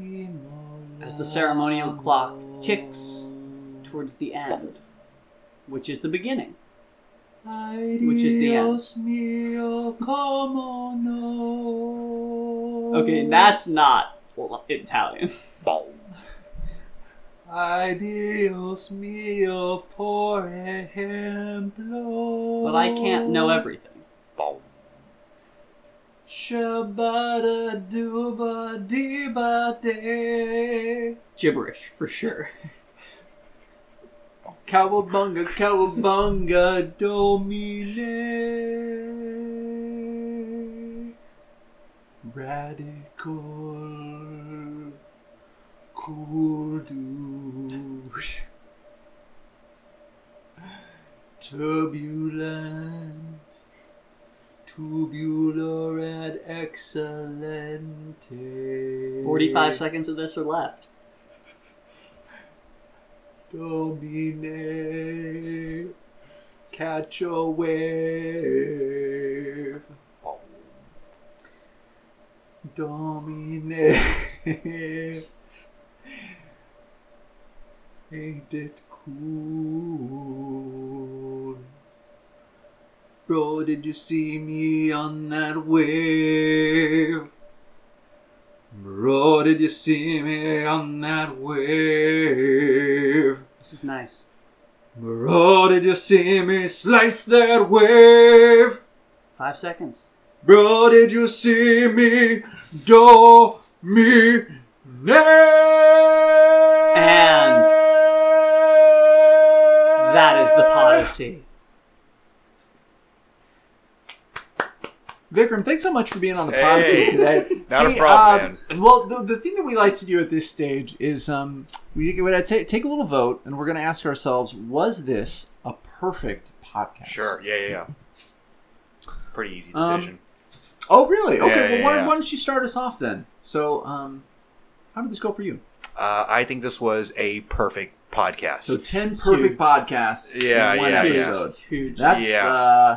S2: the ceremonial clock ticks towards the end, which is the beginning.
S1: which
S2: is the end. Okay, that's not Italian.
S6: Boom.
S1: Ay, Dios mío, por ejemplo.
S2: But I can't know everything.
S6: Boom.
S1: Shabada duba diba de.
S2: Gibberish, for sure.
S1: Cowabunga, cowabunga, domine. Radical. Cool dude. Turbulent. Tubular and excellente.
S2: 45 seconds of this are left.
S1: Domine. Catch a wave. Domine. Ain't it cool? Bro, did you see me on that wave? Bro, did you see me on that wave?
S2: This is nice.
S1: Bro, did you see me slice that wave?
S2: Five seconds.
S1: Bro, did you see me do me
S2: And that is the policy.
S1: Vikram, thanks so much for being on the pod
S3: Hey.
S1: seat today.
S3: [LAUGHS] Not a
S1: Hey,
S3: problem,
S1: um, Well, the, the thing that we like to do at this stage is um, we, we ta- take a little vote, and we're going to ask ourselves: Was this a perfect podcast?
S3: Sure. Yeah, yeah, yeah. Pretty easy
S1: Um,
S3: decision.
S1: Oh, really? Okay.
S3: Yeah,
S1: well,
S3: yeah,
S1: why,
S3: yeah.
S1: why don't you start us off then? So, um, how did this go for you?
S3: uh, I think this was a perfect podcast.
S1: So, ten perfect podcasts
S3: Yeah,
S1: in one
S3: yeah, yeah.
S1: episode.
S2: Huge.
S1: That's
S3: Yeah.
S1: uh,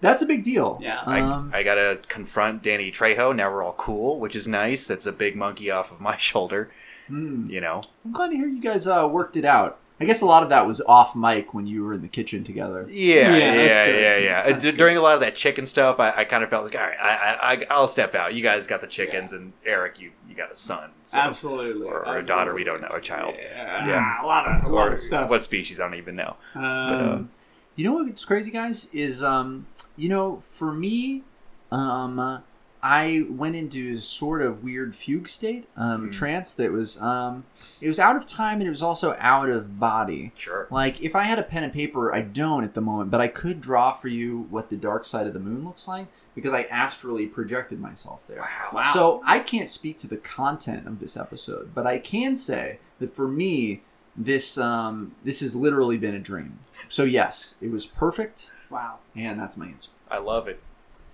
S1: that's a big deal.
S2: Yeah.
S1: Um,
S3: I, I gotta confront Danny Trejo. Now we're all cool, which is nice. That's a big monkey off of my [LAUGHS] shoulder,
S1: hmm.
S3: you know.
S1: I'm glad to hear you guys uh, worked it out. I guess a lot of that was off mic when you were in the kitchen together.
S3: Yeah,
S2: Yeah,
S3: yeah,
S2: that's
S3: yeah,
S2: good.
S3: yeah, yeah. Uh, d- during a lot of that chicken stuff, I, I kind of felt like, all right, I, I, I, I'll step out. You guys got the chickens, and Eric, you, you got a son, so-
S2: absolutely.
S3: or, or a daughter. We don't know, a child.
S2: Yeah,
S3: Yeah.
S2: a lot of a lot
S3: Or uh,
S2: of stuff.
S3: What species? I don't even know.
S2: um,
S1: You know what's crazy, guys? Is um, you know, for me, um, I went into a sort of weird fugue state,
S3: Hmm.
S1: um, trance that was um, it was out of time and it was also out of body.
S3: Sure.
S1: Like if I had a pen and paper, I don't at the moment, but I could draw for you what the dark side of the moon looks like because I astrally projected myself there.
S2: wow.
S1: So I can't speak to the content of this episode, but I can say that for me, this um, this has literally been a dream. So yes, it was perfect,
S2: wow.
S1: and that's my answer.
S3: I love it.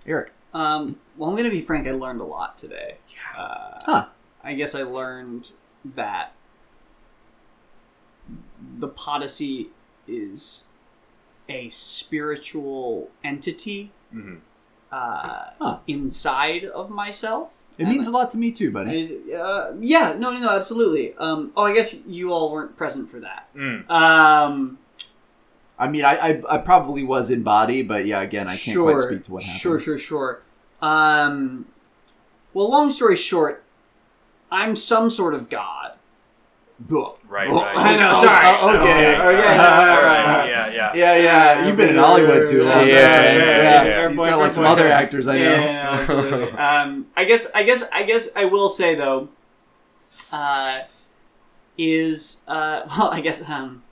S1: Eric,
S2: Um, well, I'm gonna be frank. I learned a lot today. Yeah. Uh,
S1: Huh.
S2: I guess I learned that the Podyssey is a spiritual entity
S3: hmm
S2: uh,
S1: Huh.
S2: inside of myself.
S1: it
S2: And
S1: means a lot to me too, buddy.
S2: Is- uh, yeah, no, no, no, absolutely. Um, oh, I guess you all weren't present for that.
S3: Mm.
S2: Um,
S1: I mean, I, I I probably was in body, but yeah, again, I can't
S2: sure,
S1: quite speak to what happened.
S2: Sure, sure, sure. Um, well, long story short, I'm some sort of god. [LAUGHS]
S3: Right,
S1: Oh,
S3: right.
S1: I know,
S3: Oh,
S1: sorry.
S3: oh,
S1: Okay.
S2: Okay, Uh, yeah,
S3: all
S2: yeah.
S3: right, yeah, yeah.
S1: Yeah, yeah, you've been in Hollywood too long.
S3: Yeah,
S1: my
S3: yeah,
S1: friend.
S3: yeah, yeah, yeah.
S1: You sound like some
S2: Boyfriend,
S1: other
S2: boyfriend.
S1: actors I know.
S2: Yeah, yeah,
S1: [LAUGHS]
S2: yeah, absolutely. um, I guess, I guess, I guess, I will say though, uh, is uh, [LAUGHS] well, I guess, um,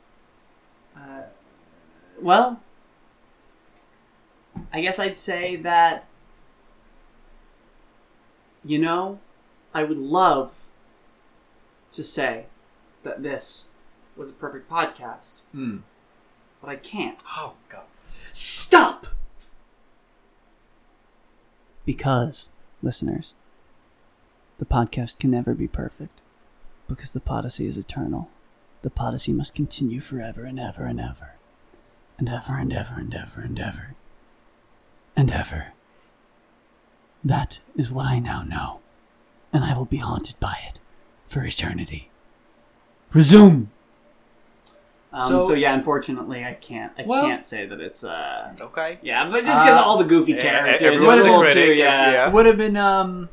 S2: uh, well, I guess I'd say that, you know, I would love to say that this was a perfect podcast,
S1: Hmm.
S2: but I can't.
S3: Oh god.
S2: Stop! Because, listeners, the podcast can never be perfect. Because the Podyssey is eternal. The Podyssey must continue forever and ever and ever. And ever and ever and ever and ever. And ever. That is what I now know. And I will be haunted by it for eternity. Resume! Um, so,
S1: So-
S2: yeah, unfortunately, I can't. I
S1: Well-
S2: can't say that it's uh,
S3: Okay.
S2: yeah, but just because
S1: Uh,
S2: all the goofy
S3: e-
S2: characters, it
S3: everyone's
S1: a
S2: was little
S3: critic,
S2: too, yeah.
S3: yeah.
S1: would have been um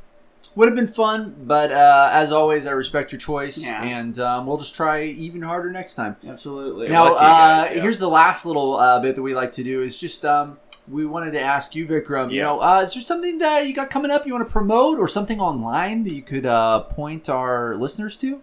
S1: would have been fun but uh, as always i respect your choice
S2: Yeah.
S1: and um, we'll just try even harder next time
S2: absolutely.
S1: now
S3: luck to you guys,
S1: uh,
S3: yeah.
S1: here's the last little uh, bit that we like to do is just um we wanted to ask you vikram you
S3: Yeah.
S1: know uh, is there something that you got coming up you want to promote or something online that you could uh, point our listeners to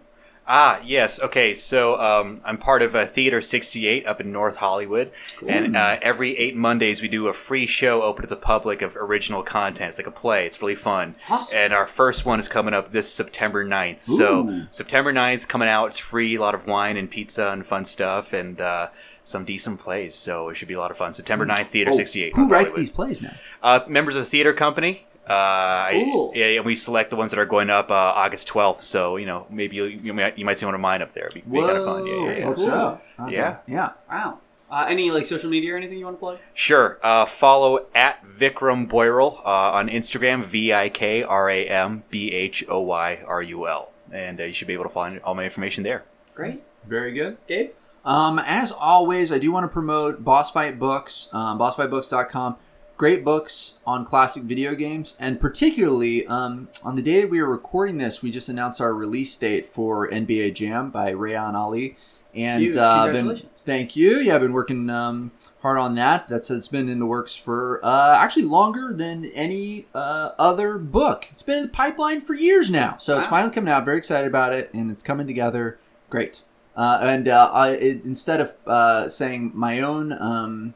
S3: Ah, yes. Okay, so um, I'm part of uh, Theater 68 up in North Hollywood, and uh, every eight Mondays we do a free show open to the public of original content. It's like a play. It's really fun.
S2: Awesome.
S3: And our first one is coming up this September 9th. So September 9th coming out. It's free. A lot of wine and pizza and fun stuff, and uh, some decent plays. So it should be a lot of fun. September 9th, Theater 68.
S1: Oh, who
S3: North
S1: writes
S3: Hollywood.
S1: these plays now
S3: Uh, members of the theater company. Uh,
S2: Cool.
S3: yeah, and we select the ones that are going up uh, August 12th. So you know, maybe you, you might you might see one of mine up there. It'd be, kind of fun. Yeah, yeah, yeah.
S1: Hope
S2: cool.
S1: so. Okay.
S3: Yeah.
S1: yeah
S2: wow. Uh, any like social media or anything you want to plug?
S3: Sure. Uh, follow at Vikram Boyrell uh, on Instagram. V i k r a m b h o y r u l, and uh, you should be able to find all my information there.
S2: Great,
S1: very good
S2: Gabe.
S1: Um, as always, I do want to promote Boss Fight Books, um, bossfightbooks.com. Great books on classic video games, and particularly um, on the day that we are recording this, we just announced our release date for NBA Jam by Rayon Ali. And
S2: Huge.
S1: uh, been-
S2: Congratulations.
S1: thank you. Yeah, I've been working um, hard on that. That's it's been in the works for uh, actually longer than any uh, other book. It's been in the pipeline for years now, so it's
S2: Wow.
S1: finally coming out. Very excited about it, and it's coming together. Great. Uh, and uh, I, it, instead of uh, saying my own um,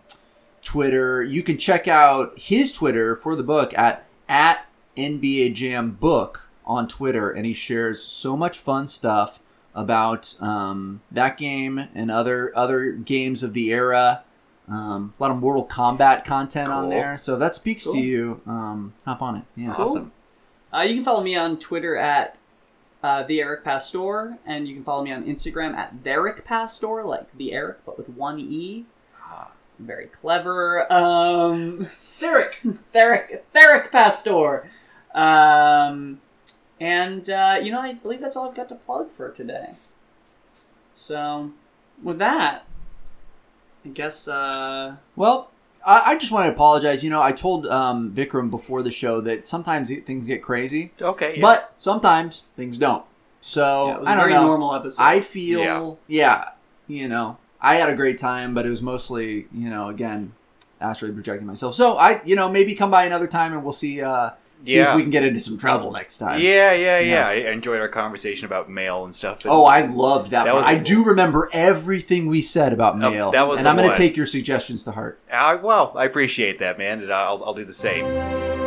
S1: Twitter, you can check out his Twitter for the book at at NBA Jam Book on Twitter, and he shares so much fun stuff about um, that game and other other games of the era. Um, a lot of Mortal Kombat content on
S3: Cool.
S1: there, so if that speaks
S2: Cool.
S1: to you. Um, hop on it. Yeah.
S3: Awesome.
S2: Uh, you can follow me on Twitter at uh, the Eric Pastor, and you can follow me on Instagram at Theric Pastor, like the Eric but with one e.
S1: Ah.
S2: Very clever. Um, [LAUGHS] Theric, Theric, Theric Pastor. Um, and uh, you know, I believe that's all I've got to plug for today. So with that, I guess uh,
S1: Well, I, I just want to apologize. You know, I told um, Vikram before the show that sometimes it- things get crazy,
S3: Okay. Yeah.
S1: but sometimes things don't. So
S2: yeah, it was
S1: Oh, I
S2: a
S1: don't
S2: very
S1: know.
S2: normal episode.
S1: I feel, yeah. you know, I had a great time, but it was mostly, you know, again, astrally projecting myself. So I, you know, maybe come by another time and we'll see. Uh, see
S3: yeah.
S1: if we can get into some trouble next time.
S3: yeah. Yeah. Yeah. I enjoyed our conversation about mail and stuff. but-
S1: Oh, I loved that.
S3: That
S1: one.
S3: was-
S1: I do remember everything we said about
S3: Nope,
S1: mail.
S3: that was
S1: and
S3: the
S1: I'm going to
S3: one. uh,
S1: take your suggestions to heart.
S3: Ah, well, I appreciate that, man, and I'll, I'll do the same.